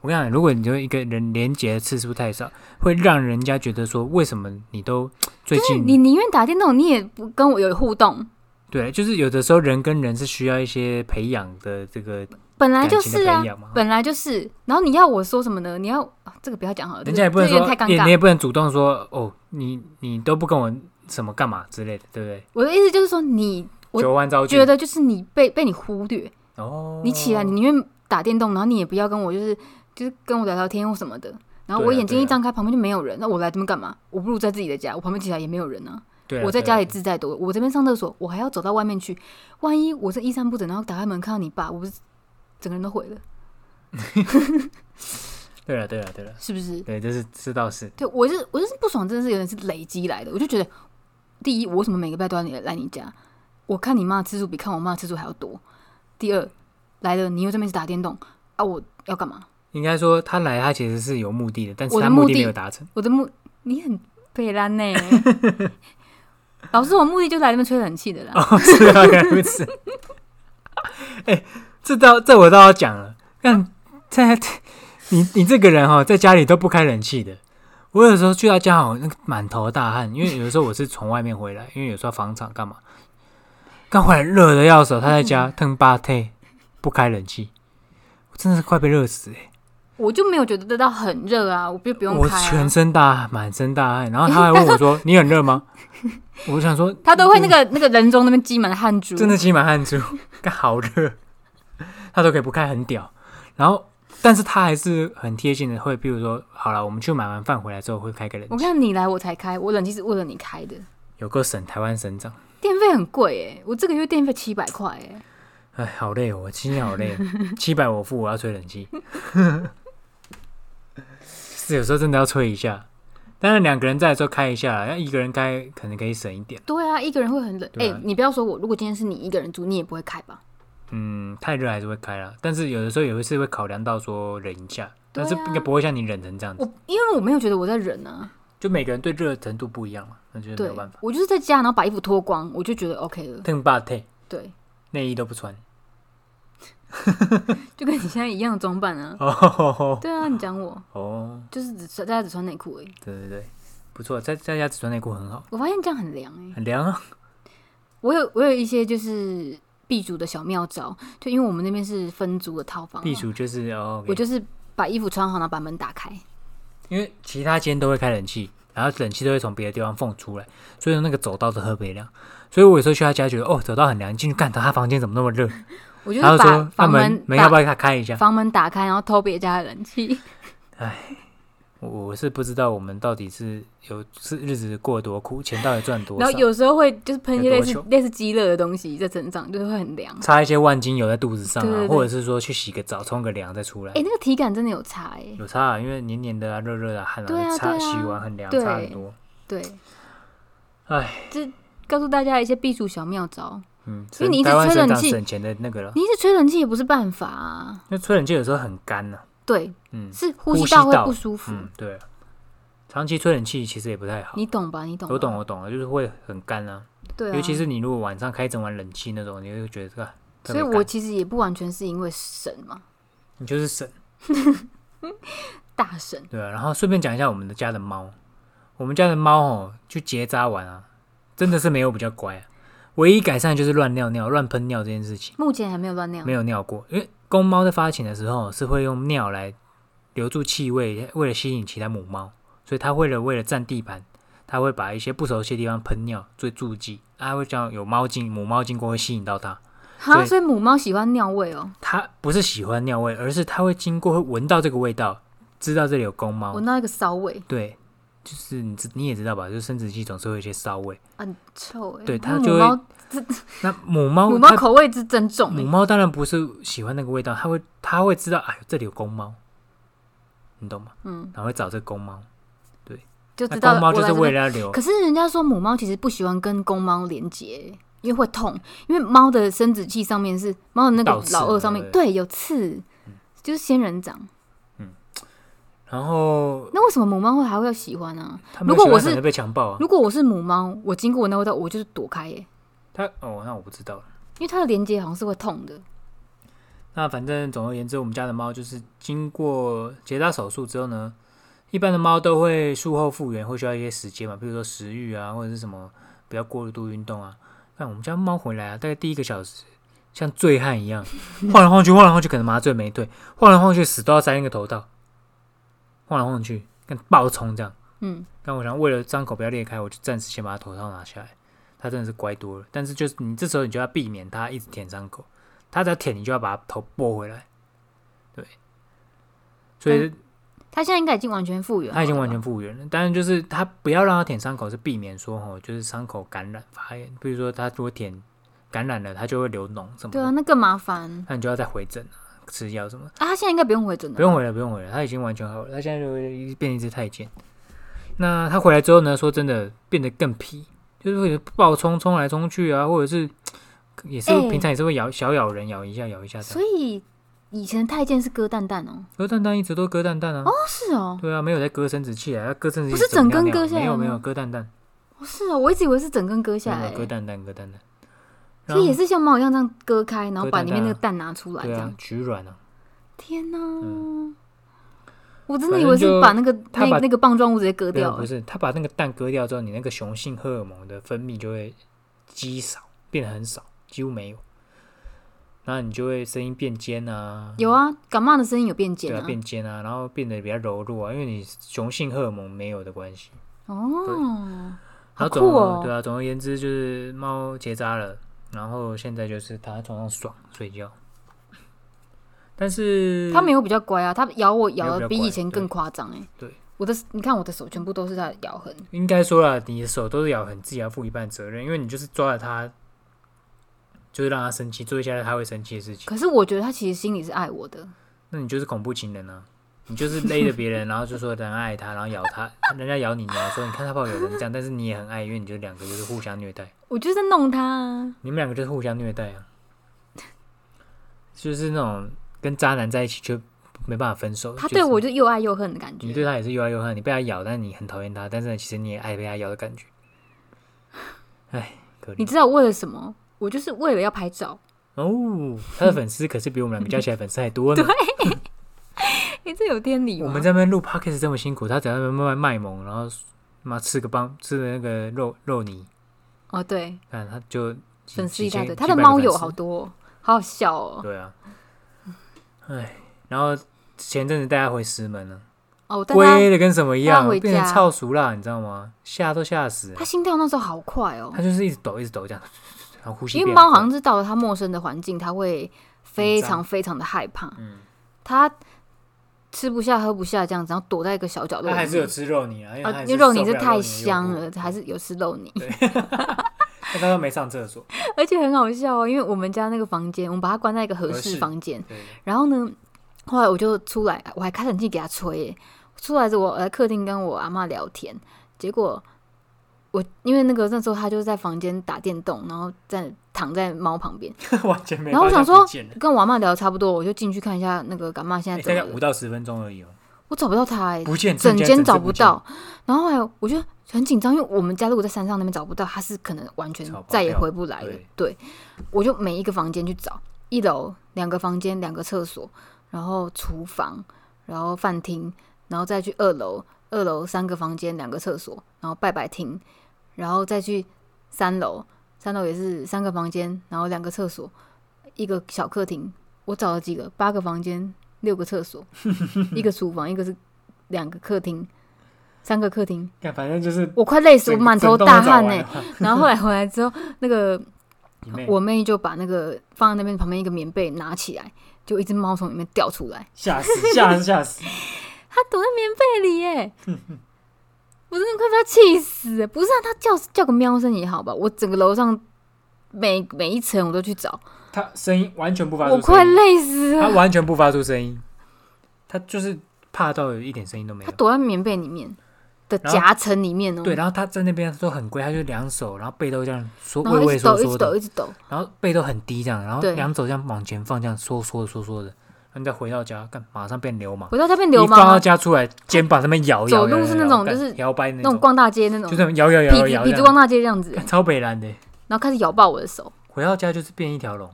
我跟你讲，如果你就一个人连结的次数太少，会让人家觉得说，为什么你都最就是近你宁愿打电动，你也不跟我有互动。对，就是有的时候人跟人是需要一些培养的，这个本来感就情是的啊培，养嘛。本来就是。然后你要我说什么呢？你要、啊这个不要讲好了，人家也不能这个说有点太，尴也你尬。也不能主动说哦，你你都不跟我什么干嘛之类的，对不对？我的意思就是说，你我九万招觉君得就是你被被你忽略，哦，你起来你宁愿打电动，然后你也不要跟我就是就是跟我聊聊天或什么的。然对后啊我眼睛对一啊张开，旁边就没有人，那我来这边干嘛？我不如在自己的家，我旁边起来也没有人啊。对啊我在对啊家里自在多了，我这边上厕所，我还要走到外面去，万一我这衣衫不整，然后打开门看到你爸，我不是整个人都毁了，对了对了对了，是不是？对，这是这倒是对我就是我就是不爽，真的是有点是累积来的。我就觉得，第一，我为什么每个礼拜都要你来你家？我看你妈的次数比看我妈的次数还要多。第二，来了你又这边一直打电动啊，我要干嘛？应该说他来他其实是有目的的，但是我的他目的的没有达成。 我的目，你很悲烂呢。 老师，我目的就是来这边吹冷气的啦。哦，是啊，原来如此。 哎、这倒这我倒要讲了，但在你你这个人哈、哦，在家里都不开冷气的。我有时候去到家好，那个满头大汗，因为有的时候我是从外面回来，因为有时候房厂干嘛，刚回来热的要死，他在家腾吧退，不开冷气，我真的是快被热死、欸、我就没有觉得得到很热啊，我就不用我开、啊。全身大汗，满身大汗，然后他还问我 说：“你很热吗？”我想说，他都会那个那个人中那边积满了汗珠，真的积满汗珠，干好热，他都可以不开，很屌。然后，但是他还是很贴心的，会比如说，好了，我们去买完饭回来之后会开个冷我气，看你来我才开，我冷气是为了你开的。有个省台湾省长，电费很贵哎、我这个月电费七百块哎，哎，好累哦，我今天好累哦，七百我付，我要吹冷气， 是有时候真的要吹一下。当然，两个人在的时候开一下啦，要一个人开可能可以省一点。对啊，一个人会很冷哎、对啊你不要说我，如果今天是你一个人住，你也不会开吧？嗯，太热还是会开啦，但是有的时候也会是会考量到说忍一下，但是对啊应该不会像你忍成这样子。我因为我没有觉得我在忍啊，就就每个人对热的程度不一样嘛，那就是没对有办法。我就是在家，然后把衣服脱光，我就觉得 OK 了。邓爸退对，内衣都不穿，就跟你现在一样的装扮啊。哦对啊，你讲我哦，就是只在家只穿内裤哎，对对对，不错，在在家只穿内裤很好，我发现这样很凉哎、很凉啊。我有我有一些就是避暑的小妙招，就因为我们那边是分租的套房嘛，啊避暑就是哦，嗯我就是把衣服穿好，然后把门打开。因为其他间都会开冷气，然后冷气都会从别的地方缝出来，所以那个走道都特别凉。所以我有时候去他家觉得哦，走道很凉，进去看他他房间怎么那么热，我就是他就把说那房门门打要不要给他开一下？房门打开，然后偷别家的冷气。我我是不知道我们到底是有是日子过得多苦，钱到底赚多然少后，有时候会就是喷一些类似有多嗯类似鸡肋的东西在身上，就是会很凉。擦一些万金油在肚子上啊，对对对或者是说去洗个澡冲个凉再出来。哎、那个体感真的有差哎、有差啊，因为黏黏的啊，热热的、啊、汗对啊擦、对啊洗完很凉，对差很多。对，哎，告诉大家一些避暑小妙招。嗯，因为你一直台湾吹冷省长气省钱的那个了，你一直吹冷气也不是办法啊，因为吹冷气有时候很干呐、对，嗯是呼呼吸吸道会道不舒服，嗯，对啊，长期吹冷气其实也不太好。你懂吧？你懂吧？我懂，我懂了，啊就是会很干啊，对啊。尤其是你如果晚上开整晚冷气那种，你就会觉得这个特所别以干。我其实也不完全是因为神嘛，你就是省，大神对啊。然后顺便讲一下我们的家的猫，我们家的猫哦，去结扎完啊，真的是没有比较乖、啊，唯一改善就是乱尿尿、乱喷尿这件事情。目前还没有乱尿没。有尿过，因为公猫在发情的时候是会用尿来留住气味，为了吸引其他母猫，所以它为了为了占地盘，它会把一些不熟悉的地方喷尿做助剂，它啊会这样有猫经母猫经过会吸引到它，哈，对所以母猫喜欢尿味哦，它不是喜欢尿味，而是它会经过会闻到这个味道，知道这里有公猫闻，到一个骚味，对。就是你知你也知道吧，就是生殖器总是会有一些骚味。很臭哎。对它那就母会猫那母猫，母猫它嗯口味之真重母哎，猫当然不是喜欢那个味道，它会它会知道，哎，这里有公猫，你懂吗？嗯，然后会找这公猫。就那知道公猫就我来是这边为了要留可，是人家说母猫其实不喜欢跟公猫连接，因为会痛，因为猫的生殖器上面是猫的那倒个刺老嘛二上面，对对，有刺，就是仙人掌。然后那为什么母猫会还会喜欢呢、他们如果喜欢我可能是被强暴啊，如果我是母猫，我经过那味道，我就是躲开耶、他哦，那我不知道了。因为它的连接好像是会痛的。那反正总而言之，我们家的猫就是经过结扎手术之后呢，一般的猫都会术后复原，会需要一些时间嘛，比如说食欲啊，或者是什么不要过度运动啊。看我们家猫回来啊，大概第一个小时像醉汉一样晃来晃去，晃来晃去，可能麻醉没退，晃来晃去死都要塞那个头套，晃来晃去跟暴冲这样。嗯，但我想为了伤口不要裂开，我就暂时先把他头套拿下来。他真的是乖多了，但是就是你这时候你就要避免他一直舔伤口，他只要舔你就要把头拨回来，对。所以他现在应该已经完全复原，他已经完全，复原了，但是就是他不要让他舔伤口，是避免说哦，就是伤口感染发炎。比如说他如果舔感染了，他就会流脓什么对啊，的，那更麻烦那你就要再回诊啊，吃药什么的。啊。他现在应该不用回诊了，不用回了，不用回了，他已经完全好了，他现在就变一只太监。那他回来之后呢？说真的，变得更皮，就是会暴冲冲来冲去啊，或者是也是、哎平常也是会咬小咬人，咬一下咬一下这所样。以以前太监是割蛋蛋哦，割蛋蛋一直都割蛋蛋啊，哦是哦，对啊，没有在割生殖器啊，他割生殖器不是手整根尿尿割下来没有吗没有割蛋蛋，哦是哦，我一直以为是整根割下没有来割，蛋蛋割蛋蛋，然所以后也是像猫一样这样割开，然后割把蛋里面那个蛋啊蛋拿出来这对样啊。，取卵啊，天哪、嗯我真的反以正为是就把那个他那把那个棒状物直接割没有掉不了，是，他把那个蛋割掉之后，你那个雄性荷尔蒙的分泌就会极少，变得很少，几乎没有。然后你就会声音变尖啊，有啊，感冒的声音有变尖对啊，啊，变尖啊，然后变得比较柔弱啊，因为你雄性荷尔蒙没有的关系。哦，然好后总酷哦，对啊，总而言之就是猫结扎了，然后现在就是躺在床上爽睡觉。但是它没有比较乖啊，它咬我咬没有比的较比乖以前更夸张哎，对，我的你看我的手全部都是它的咬痕，应该说了，你的手都是咬痕，自己要负一半责任，因为你就是抓了它，就是让它生气，做一些它会生气的事情。可是我觉得它其实心里是爱我的，那你就是恐怖情人啊！你就是勒着别人，然后就说人家爱他，然后咬他，人家咬你，你还说你看他抱有人这样，但是你也很爱，因为你就两个就是互相虐待，我就是在弄它啊，你们两个就是互相虐待啊，就是那种跟渣男在一起就没办法分手。它就对是我就又爱又恨的感你对觉，他也是又爱又恨，你被他咬，但你很讨厌他，但是其实你也爱被他咬的感觉。哎，可你怜知道为了什么？我就是为了要 拍照，哦，他的粉丝可是比我们两个加起来粉丝还多啊呢。哎，这有天理我吗？们在那边录 podcast 这么辛苦，他在那边慢慢卖萌，然后妈吃个帮吃的那个肉肉泥，哦对，看他就几粉丝一大堆，嗯几千它的几百个猫友粉丝好多哦，好好笑哦，对啊，哎，然后前阵子带他回石门了，哦，我带它龟的跟什么一带样啊他回，变成家超熟啦，你知道吗？吓都吓死了它，心跳那时候好快哦他，就是一直抖一直抖这样，然后呼吸因为变猫好快像是到了它陌生的环境，它会非紧张常非常的害怕，嗯，它吃不下喝不下这样子，然后躲在一个小角落他里还是有面。吃肉泥啊，因为他啊，还因是为肉受泥不是了泥嗯的太诱香惑了，，还是有吃肉泥， 他刚刚没上厕所，而且很好笑哦。因为我们家那个房间，我们把它关在一个合合适适房间，对， 然后呢，后来我就出来，我还开冷气给它吹耶。出来之后，我在客厅跟我阿妈聊天，结果我因为那个那时候他就在房间打电动，然后在躺在猫旁边，完全没然发后我现想不说见了，跟我阿妈聊得差不多，我就进去看一下那个干妈现哎在大怎概么五了。到十分钟而已哦，我找不到她、欸，不见，整间间整只找不见到。然后还有，我就很紧张，因为我们家如果在山上那边找不到，她是可能完全找不到再也回不来了对。对，我就每一个房间去找，一楼两个房间，两个厕所，然后厨房，然后饭厅，然后再去二楼，二楼三个房间，两个厕所，然后拜拜厅，然后再去三楼，三楼也是三个房间，然后两个厕所，一个小客厅。我找了几个，八个房间，六个厕 所，一个厨房，一个是两个客厅，三个客厅，看，反正就是我快累死，我整满头整栋大都找汗呢、完了 然后后来回来之后，那个你妹我妹就把那个放在那边旁边一个棉被拿起来，就一只猫从里面掉出来，吓死，吓死，吓死！它躲在棉被里 耶、我真的快被它气死了！不是啊，它叫叫个喵声也好吧，我整个楼上每每一层我都去找，他声音完全不发出声我音，快累死他了。完全不发出声音，他就是怕到有一点声音都没它有。躲在棉被里面的然后夹层里面哦、对，然后他在那边都很乖，他就两手，然后背都这样缩，然后畏一畏直抖，缩一缩直抖，的，一直抖。然后背都很低这样，然后对两手这样往前放，这样缩缩的缩缩的。然后你再回到家，干马上变流氓。回到家变流一放氓到啊，家出来，肩膀上面摇摇，走路是那种就是摇摆那那种，逛大街那种就，那种摇摇痞摇子摇痞子摇逛，大街这样子，干超北蓝的。然后开始咬爆我的手。回到家就是变一条龙，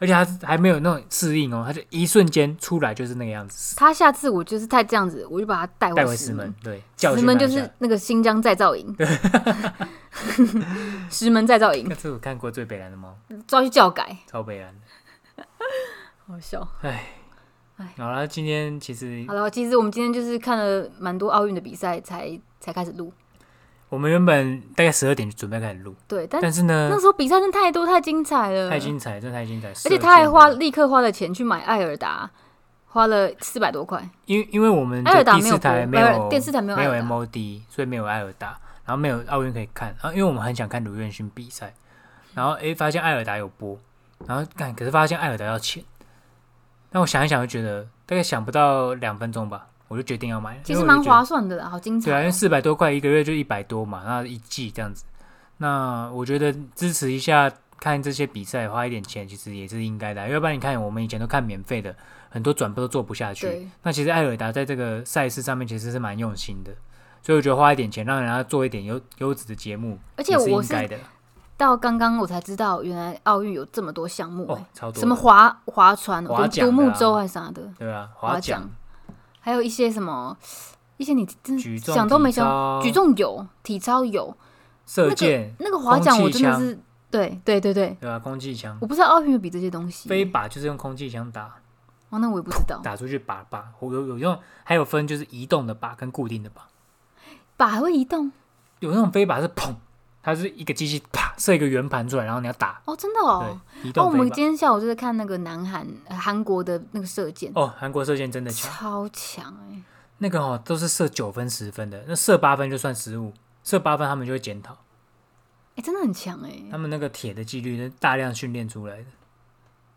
而且他是还没有那种适应哦，他就一瞬间出来就是那个样子，他下次我就是太这样子，我就把他带带回回石石门门。，对，教石训门他就一下是那个新疆再造营， 石门再造营那，次我看过最北蓝的猫，抓去教改，超北蓝的。好笑。好了，今天其实哎好了，其实我们今天就是看了蛮多奥运的比赛才才开始录，我们原本大概十二点就准备开始录，对，但但是呢那，时候比赛真的太多太精彩了，太精彩，真的太精彩，而而且他还花，立刻花了钱去买艾尔达，花了四百多块，因为因为我们艾尔的达第没有四台播没不有是电视台没有没有艾尔达 MOD，所以没有艾尔达，然后没有奥运可以看，然、后因为我们很想看卢彦勋比赛，然后诶发现艾尔达有播，然后看可是发现艾尔达要钱，那我想一想就觉得大概想不到两分钟吧，我就决定要买了，其因实为我蛮就觉得划算的啦，好精对啊，因彩为哦、四百多块一个月就一百多嘛，那一季这样子。那我觉得支持一下看这些比赛，花一点钱其实也是应该的啊、要不然你看我们以前都看免费的，很多转播都做不下去。对，那其实艾尔达在这个赛事上面其实是蛮用心的，所以我觉得花一点钱让人家做一点优优质的节目，而且也是应我是该的。到刚刚我才知道，原来奥运有这么多项目、哎哦，超多的什么划划船、划独桨的独啊木舟还是啥的，对啊，划划桨桨、还有一些什么一些你真举重、想都没体操想，举、重有，体操有，射箭，那个划桨我空气真的枪是对对对对，对啊，空气枪我、不知道奥运有比这些东西、飞靶就是用空气枪打，哦，那我也不知道，打出去靶靶，有有有用，还有分就是移动的靶跟固定的靶。靶还会移动有那种飞靶是砰，它是一个机器啪射一个圆盘出来，然后你要打，哦，真的哦。对，移哦，我动飞们靶。今天下午就是看那个南韩呃韩国的那个射箭，哦，韩国射箭真的强，超强哎、那个哦都是射九分十分的，那射八分就算失误，射八分他们就会检讨，哎、真的很强哎、他们那个铁的纪律是大量训练出来的，嗯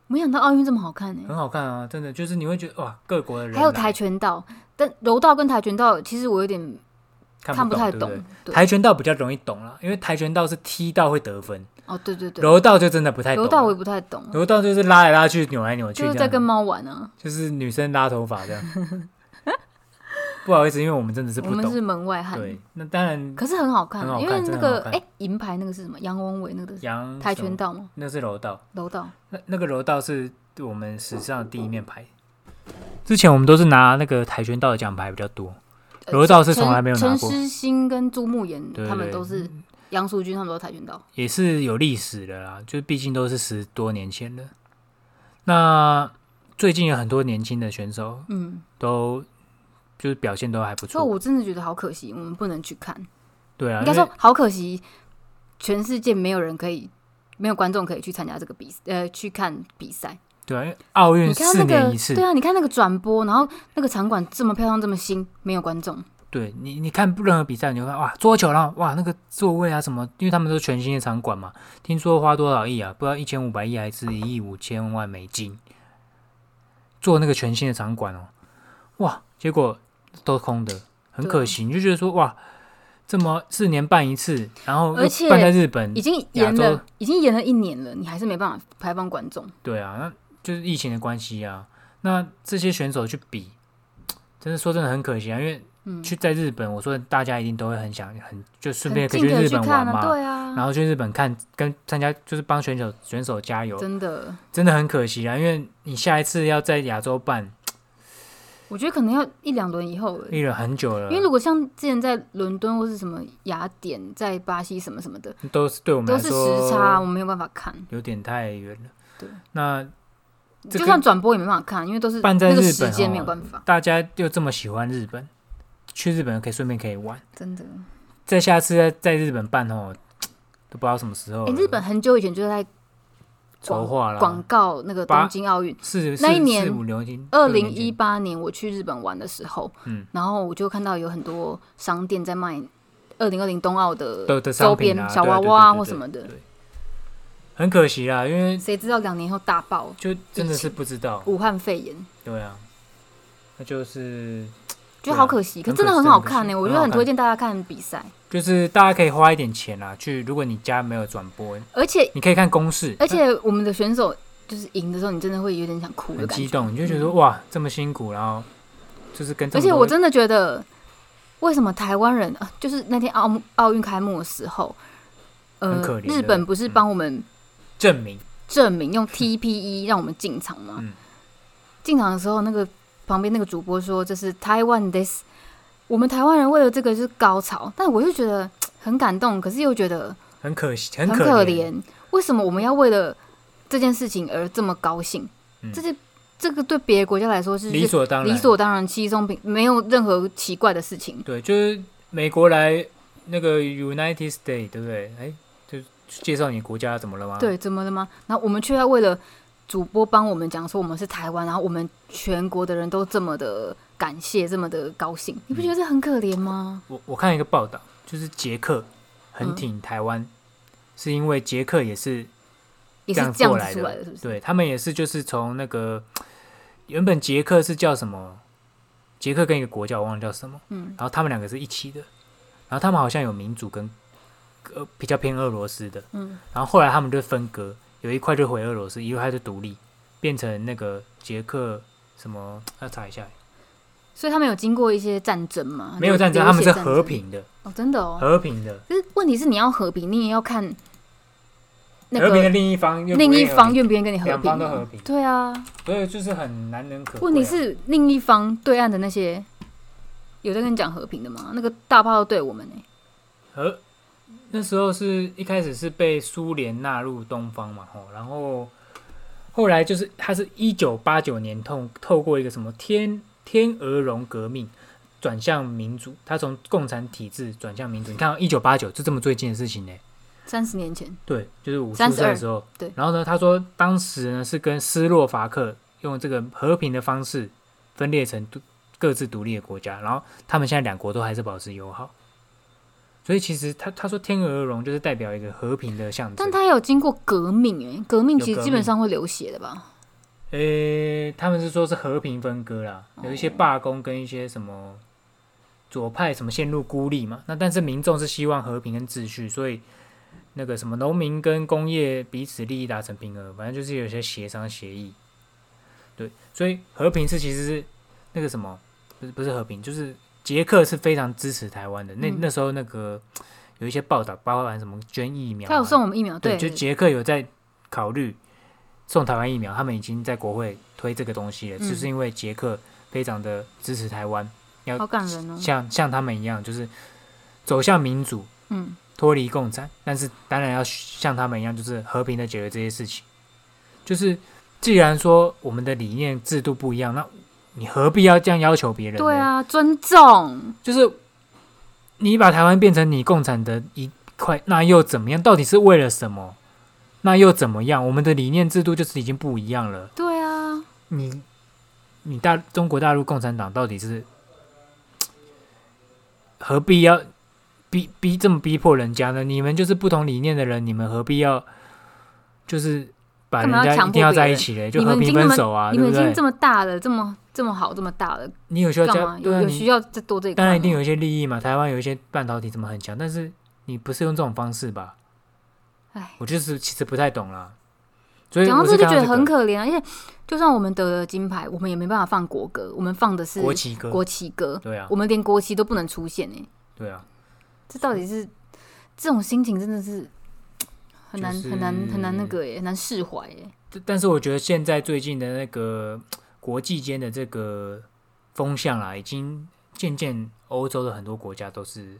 没想到奥运这么好看哎、很好看啊，真的就是你会觉得哇，各国的人啊还有来跆拳道，但柔道跟跆拳道其实我有点看不太懂，对不对对跆拳道比较容易懂啦，因为跆拳道是踢到会得分，哦，对对对，柔道就真的不太懂柔了，道我也不太懂，柔道就是拉来拉去，扭来扭去就这是样，在跟猫玩啊。就是女生拉头发这样。 不好意思，因为我们真的是我不们懂。是门外汉，对，那当然可是很好看，很好看因为那真的很个好看哎、银牌那个是什么？杨文伟那个杨跆什拳么道吗？那是柔道，柔道那那个柔道是我们史上的第一面牌。之前我们都是拿那个跆拳道的奖牌比较多，呃柔哦道是陈从来没有拿陈过，诗欣跟朱慕言对他们对都是杨淑君，他们都是跆拳道。也是有历史的啦，就毕竟都是十多年前了。那最近有很多年轻的选手嗯，都就是表现都还不所以错，我真的觉得好可惜，我们不能去看。对啊，应该因为说好可惜，全世界没有人可以，没有观众可以去参加这个比呃去看比赛。对啊，因为奥运你看四那年个一次，对啊，你看那个转播，然后那个场馆这么漂亮，这么新，没有观众。对你，你看任何比赛，你就看哇，桌球啦，哇，那个座位啊什么，因为他们都是全新的场馆嘛，听说花多少亿啊？不知道一千五百亿还是一亿五千万美金，做那个全新的场馆哦，哇，结果都空的，很对啊可惜，你就觉得说哇，这么四年办一次，然后而又且办在日本已，经延嗯亚洲了，已经延了一年了，你还是没办法开放观众。对啊，那就是疫情的关系啊，那这些选手去比，真的说真的很可惜啊，因为。嗯，去在日本，我说大家一定都会很想很就顺很便可以近去日去本玩看嘛，啊，对啊，然后去日本看跟参加就是帮选手选手加油，真的，真的很可惜啊，因为你下一次要在亚洲办，我觉得可能要一两轮以后了。预了很久了因，为如果像之前在伦敦或是什么雅典、在巴西什么什么的，都是对我们都来是时差，说我没有办法看，有点太远了对。那这就跟算转播也没办法看，因为都是办在那个日时本间哦没有办法，大家又这么喜欢日本，去日本可以顺便可以玩，真的。再下次在在日本办哦，都不知道什么时候哎、了。日本很久以前就在筹划广了告那个八东京奥运，四那一四年四五六年二六年零一前八年我去日本玩的时候，嗯然后我就看到有很多商店在卖二零二零冬奥的的的商周品边、啊小对啊娃对娃对对或对什么的对，很可惜啦，因为谁知道两年后大爆就真的是不知道，武汉肺炎，对啊，那就是觉得好可惜，对啊可真的很可惜很好看呢、欸很可惜我觉得很很好看推荐大家看比赛，就是大家可以花一点钱啦，去如果你家没有转播，而且你可以看公式，而且我们的选手就是赢的时候，你真的会有点想哭的很感激觉。动，你就觉得哇这么辛苦，然后就是跟这而么且多我真的觉得，为什么台湾人啊，就是那天奥奥运开幕的时候，呃很可，怜日本不是帮我们证明证明用 TPE 让我们进场吗？嗯进场的时候，那个旁边那个主播说这是台湾 this，我们台湾人为了这个就是高潮，但我就觉得很感动，可是又觉得很可惜，很很可可怜。怜。为什么我们要为了这件事情而这么高兴？嗯这是这个对别的国家来说是理所当然，理所当然、稀松平，没有任何奇怪的事情。对，就是美国来那个 United States，对不对？哎，就介绍你国家怎么了吗？，对，怎么了吗？然后我们却要为了主播帮我们讲说我们是台湾，然后我们全国的人都这么的感谢，这么的高兴，你嗯不觉得这很可怜吗？我我看一个报道，就是捷克嗯很挺台湾，是因为捷克也是也是样这样过子出来的，的，是不是？对他们也是就是从那个原本捷克是叫什么？捷克跟一个国家我忘了叫什么，嗯然后他们两个是一起的，然后他们好像有民主跟呃比较偏俄罗斯的，嗯，然后后来他们就分割，有一块就回俄罗斯，一块就独立，变成那个捷克什么？要查一下，啊所以他们有经过一些战争嘛？没有流战争，流他们血是战和争平的，哦，真的哦。和平的，可是问题是你要和平，你也要看那和平的个另一方又不另一愿意和方平愿不愿意跟你和两平方都嘛和。平，对啊，所以就是很难能可贵啊。问题是另一方对岸的那些有在跟你讲和平的吗？那个大炮对我们欸呢、和那时候是一开始是被苏联纳入东方嘛，吼，然后后来就是它是一九八九年透透过一个什么天天鹅绒革命转向民主，它从共产体制转向民主。你看，一九八九就这么最近的事情呢、三十年前，对，就是五十32岁的时候。对然后呢，他说当时呢是跟斯洛伐克用这个和平的方式分裂成独各自独立的国家，然后他们现在两国都还是保持友好。所以其实他他说天鹅绒就是代表一个和平的象征。但他有经过革命诶、革命有其实革基本命上会流血的吧？呃，他们是说是和平分割啦，有一哦些罢工跟一些什么左派什么陷入孤立嘛。那但是民众是希望和平跟秩序，所以那个什么农民跟工业彼此利益达成平衡，反正就是有些协商协议。对，所以和平是其实是那个什么，不是不是和平，就是捷克是非常支持台湾的。那、嗯那时候那个有一些报道，包含什么捐疫苗、啊，他有送我们疫苗，对，对，就捷克有在考虑送台湾疫苗，他们已经在国会推这个东西了，嗯就是因为捷克非常的支持台湾，好感人哦。像像他们一样，就是走向民主，嗯，脱离共产，但是当然要像他们一样，就是和平的解决这些事情。就是既然说我们的理念制度不一样，那你何必要这样要求别人？对，啊，尊重，就是你把台湾变成你共产的一块，那又怎么样？到底是为了什么？那又怎么样？我们的理念制度就是已经不一样了。对啊，你你大中国大陆共产党到底是何必要逼逼这么逼迫人家呢？你们就是不同理念的人，你们何必要就是把干人嘛要家强一定迫要别在一人起嘞？就你和们已平经那分么手啊，你对们不已经对这？么大了，这么这么好，这么大了，你有需要干加嘛对啊，有有你需要再多这一块当吗？然一定有一些利益嘛，台湾有一些半导体怎么很强，但是你不是用这种方式吧？唉，我就是其实不太懂啦。所以讲到我这是就看觉到得这很个可怜啊，而且就算我们得了金牌，我们也没办法放国歌，我们放的是国旗歌，国旗歌，对啊我，们连国旗都不能出现哎、对啊，这到底是这种心情真的是很难、就是很难很难那个欸耶，很难释怀耶。但但是我觉得现在最近的那个国际间的这个风向啦，已经渐渐欧洲的很多国家都是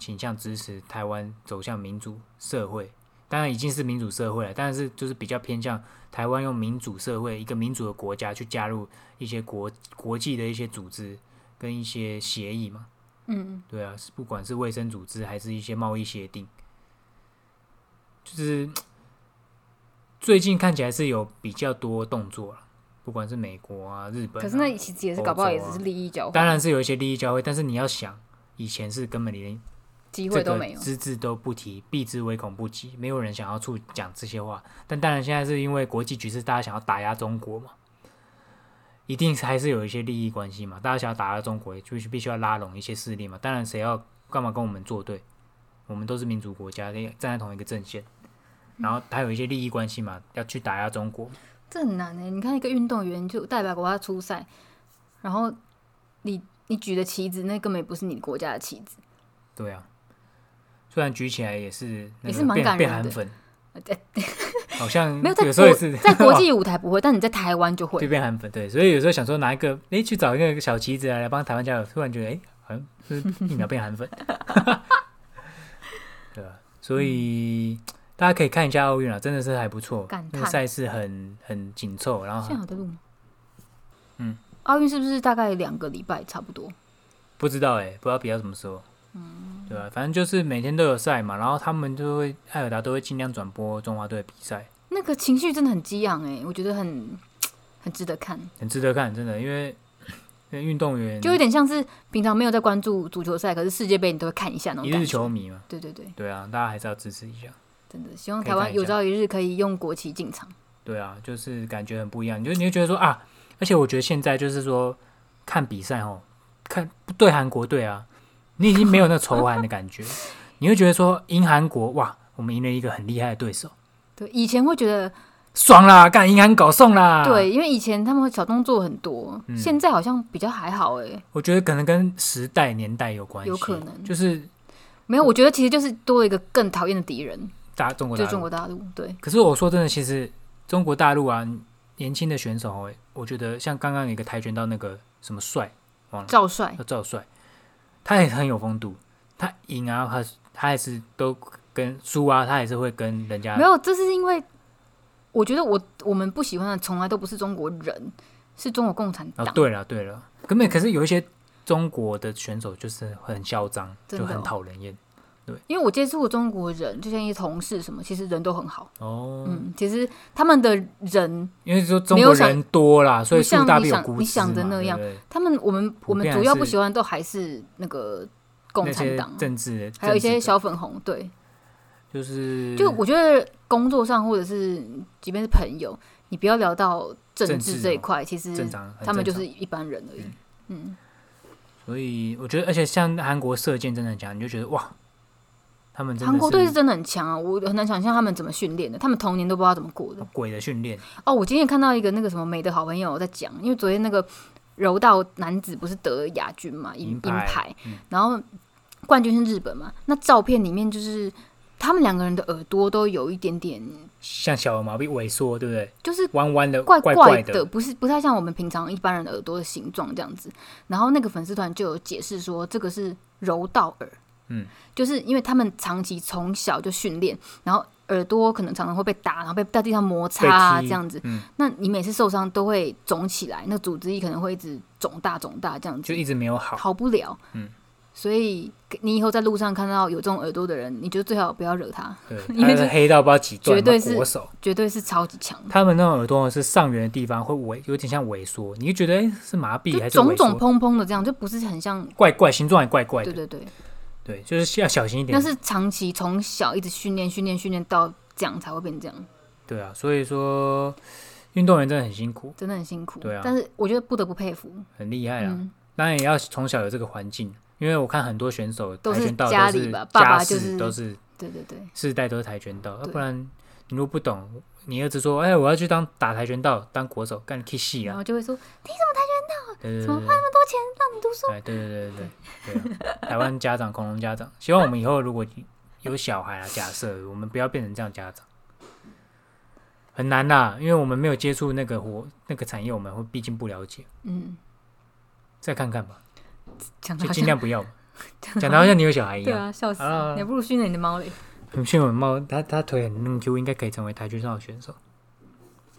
倾向支持台湾走向民主社会。当然已经是民主社会了，但是就是比较偏向台湾用民主社会一个民主的国家去加入一些国国际的一些组织跟一些协议嘛。嗯，对啊，是不管是卫生组织还是一些贸易协定，就是最近看起来是有比较多动作了，不管是美国啊、日本啊、可是那其实也是搞不好也啊只是利益交换，当然是有一些利益交汇，但是你要想，以前是根本连机这会都个没有。资质都不提，避之唯恐不及，没有人想要触讲这些话。但当然现在是因为国际局势，大家想要打压中国嘛。一定是还是有一些利益关系嘛，大家想要打压中国，就是必须要拉拢一些势力嘛。当然，谁要干嘛跟我们作对？我们都是民主国家，也站在同一个阵线，嗯然后他有一些利益关系嘛，要去打压中国。这很难哎、你看一个运动员就代表国家出赛，然后你你举的旗子那根本也不是你国家的旗子，对啊，虽然举起来也是、那个、也是蛮变感人变的韩粉，好像 没有在有时候国也是在国 际舞台不会，但你在台湾就对会。变韩粉，对，所以有时候想说拿一个，哎，去找一个小旗子啊来来帮台湾加油，突然觉得，哎，好像是不是疫苗变韩粉， 对吧？所以大家可以看一下奥运啊，真的是还不错感，那个叹啊赛事很很紧凑，然后现在很有在录吗？嗯，奥运是不是大概两个礼拜差不多？不知道哎、不知道比到什么时候，嗯对吧？反正就是每天都有赛嘛，然后他们就会艾尔达都会尽量转播中华队的比赛，那个情绪真的很激昂哎、我觉得很很值得看，很值得看，真的，因为 因为运动员就有点像是平常没有在关注足球赛，可是世界杯你都会看一下那一种感日觉。球迷嘛，对对对，对啊，大家还是要支持一下。真的希望可以台看湾一有下朝一日可以用国旗进场。对啊，就是感觉很不一样。你就你会觉得说啊，而且我觉得现在就是说看比赛哦，看对韩国队啊，你已经没有那仇韩的感觉，你会觉得说赢韩国哇，我们赢了一个很厉害的对手，对，以前会觉得爽啦，干赢韩搞送啦。，对，因为以前他们会小动作很多，啊嗯现在好像比较还好哎、我觉得可能跟时代年代有关系，有可能就是没有，我觉得其实就是多了一个更讨厌的敌人，大中国就大是中陆。国大陆。对，可是我说真的，其实中国大陆啊，年轻的选手、哦，我觉得像刚刚有一个跆拳道那个什么帅，忘了。赵帅要赵帅，他也很有风度，他赢啊，他他还是都跟输啊，他还是会跟人家没有，这是因为我觉得我我们不喜欢的从来都不是中国人，是中国共产哦党。，对了对了，根本可是有一些中国的选手就是很嚣张，真就的很哦讨人厌因为我接触的中国人，就像一些同事什么，其实人都很好。哦。嗯，其实他们的人，因为说中没国有想人多啦，所以树像大你必有想孤枝你想的嘛那对不样对他们我们普我们遍主要还不是喜欢都还是那个那共产些党，啊政治，还有一政些治小粉红。对，就是就我觉得工作上或者是即便是朋友，你不要聊到政政治治这一哦块，其实正常，很他们就正常是一般人而已。嗯，所以我觉得，而且像韩国射箭真的很强，你就觉得哇，他们真的韩国队是是真的很强啊，我很难想象他们怎么训练的，他们童年都不知道怎么过的。鬼的训练，哦，我今天看到一个那个什么美的好朋友在讲，因为昨天那个柔道男子不是得了亚军嘛，银银银牌牌嗯，然后冠军是日本嘛，那照片里面就是他们两个人的耳朵都有一点点，像小儿麻痹萎缩，对不对？就是弯弯的，怪怪的，不是不太像我们平常一般人的耳朵的形状这样子。然后那个粉丝团就有解释说，这个是柔道耳，嗯，就是因为他们长期从小就训练，然后耳朵可能常常会被打，然后被在地上摩擦啊被踢这样子。嗯，那你每次受伤都会肿起来，那组织液可能会一直肿大肿大这样就子，一直没有好。好不了。嗯，所以你以后在路上看到有这种耳朵的人，你就最好不要惹他，对， 因为他是黑到不知道几段，绝对有没有是国手。绝对是超级强的，他们那种耳朵是上缘的地方会萎，有点像萎缩，你就觉得哎、诶是麻痹还就是萎肿缩？肿砰砰的这样，就不是很像。怪怪，形状也怪怪的。对对对，对，就是要小心一点那。是长期从小一直训练训练训练到这样才会变这样，对啊，所以说运动员真的很辛苦，真的很辛苦。对啊但是我觉得不得不佩服，很厉害啊。嗯，当然也要从小有这个环境，因为我看很多选手都跆是拳道家都里是吧爸爸家就世是都是对对对，世代都是跆拳道，要啊对不然你如果不懂，你儿子说：“哎，我要去当打跆拳道，当国手，干 K 戏然啊后就会说对！”对怎么对花那么多钱让你读书？对对对对对对对啊， 台湾家长、恐龙家长，希望我们以后如果有小孩啊，假设我们不要变成这样的家长，很难啦，因为我们没有接触那个活那个产业，我们会毕竟不了解，嗯，再看看吧，讲的就好尽像量不 要嘛，讲的好像你有小孩一对样。啊，笑死好了好了了，你还不如训练你的猫嘞。很迅猛猫，他他腿很嫩 Q，应该可以成为跆拳道的选手。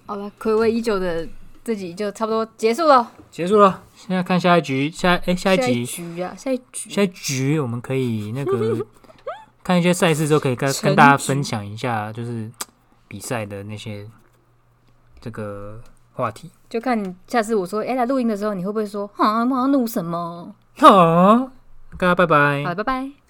好了，暌违已久的这集就差不多结束了。结束了，现在看下一局，下哎、下一集。局啊，下一局下一局我们可以那个看一些赛事之后，可以跟成跟大家分享一下，就是比赛的那些这个话题。就看你下次我说，哎、来录音的时候，你会不会说，哈，我要录什么？哦好，大家拜拜。好了，拜拜。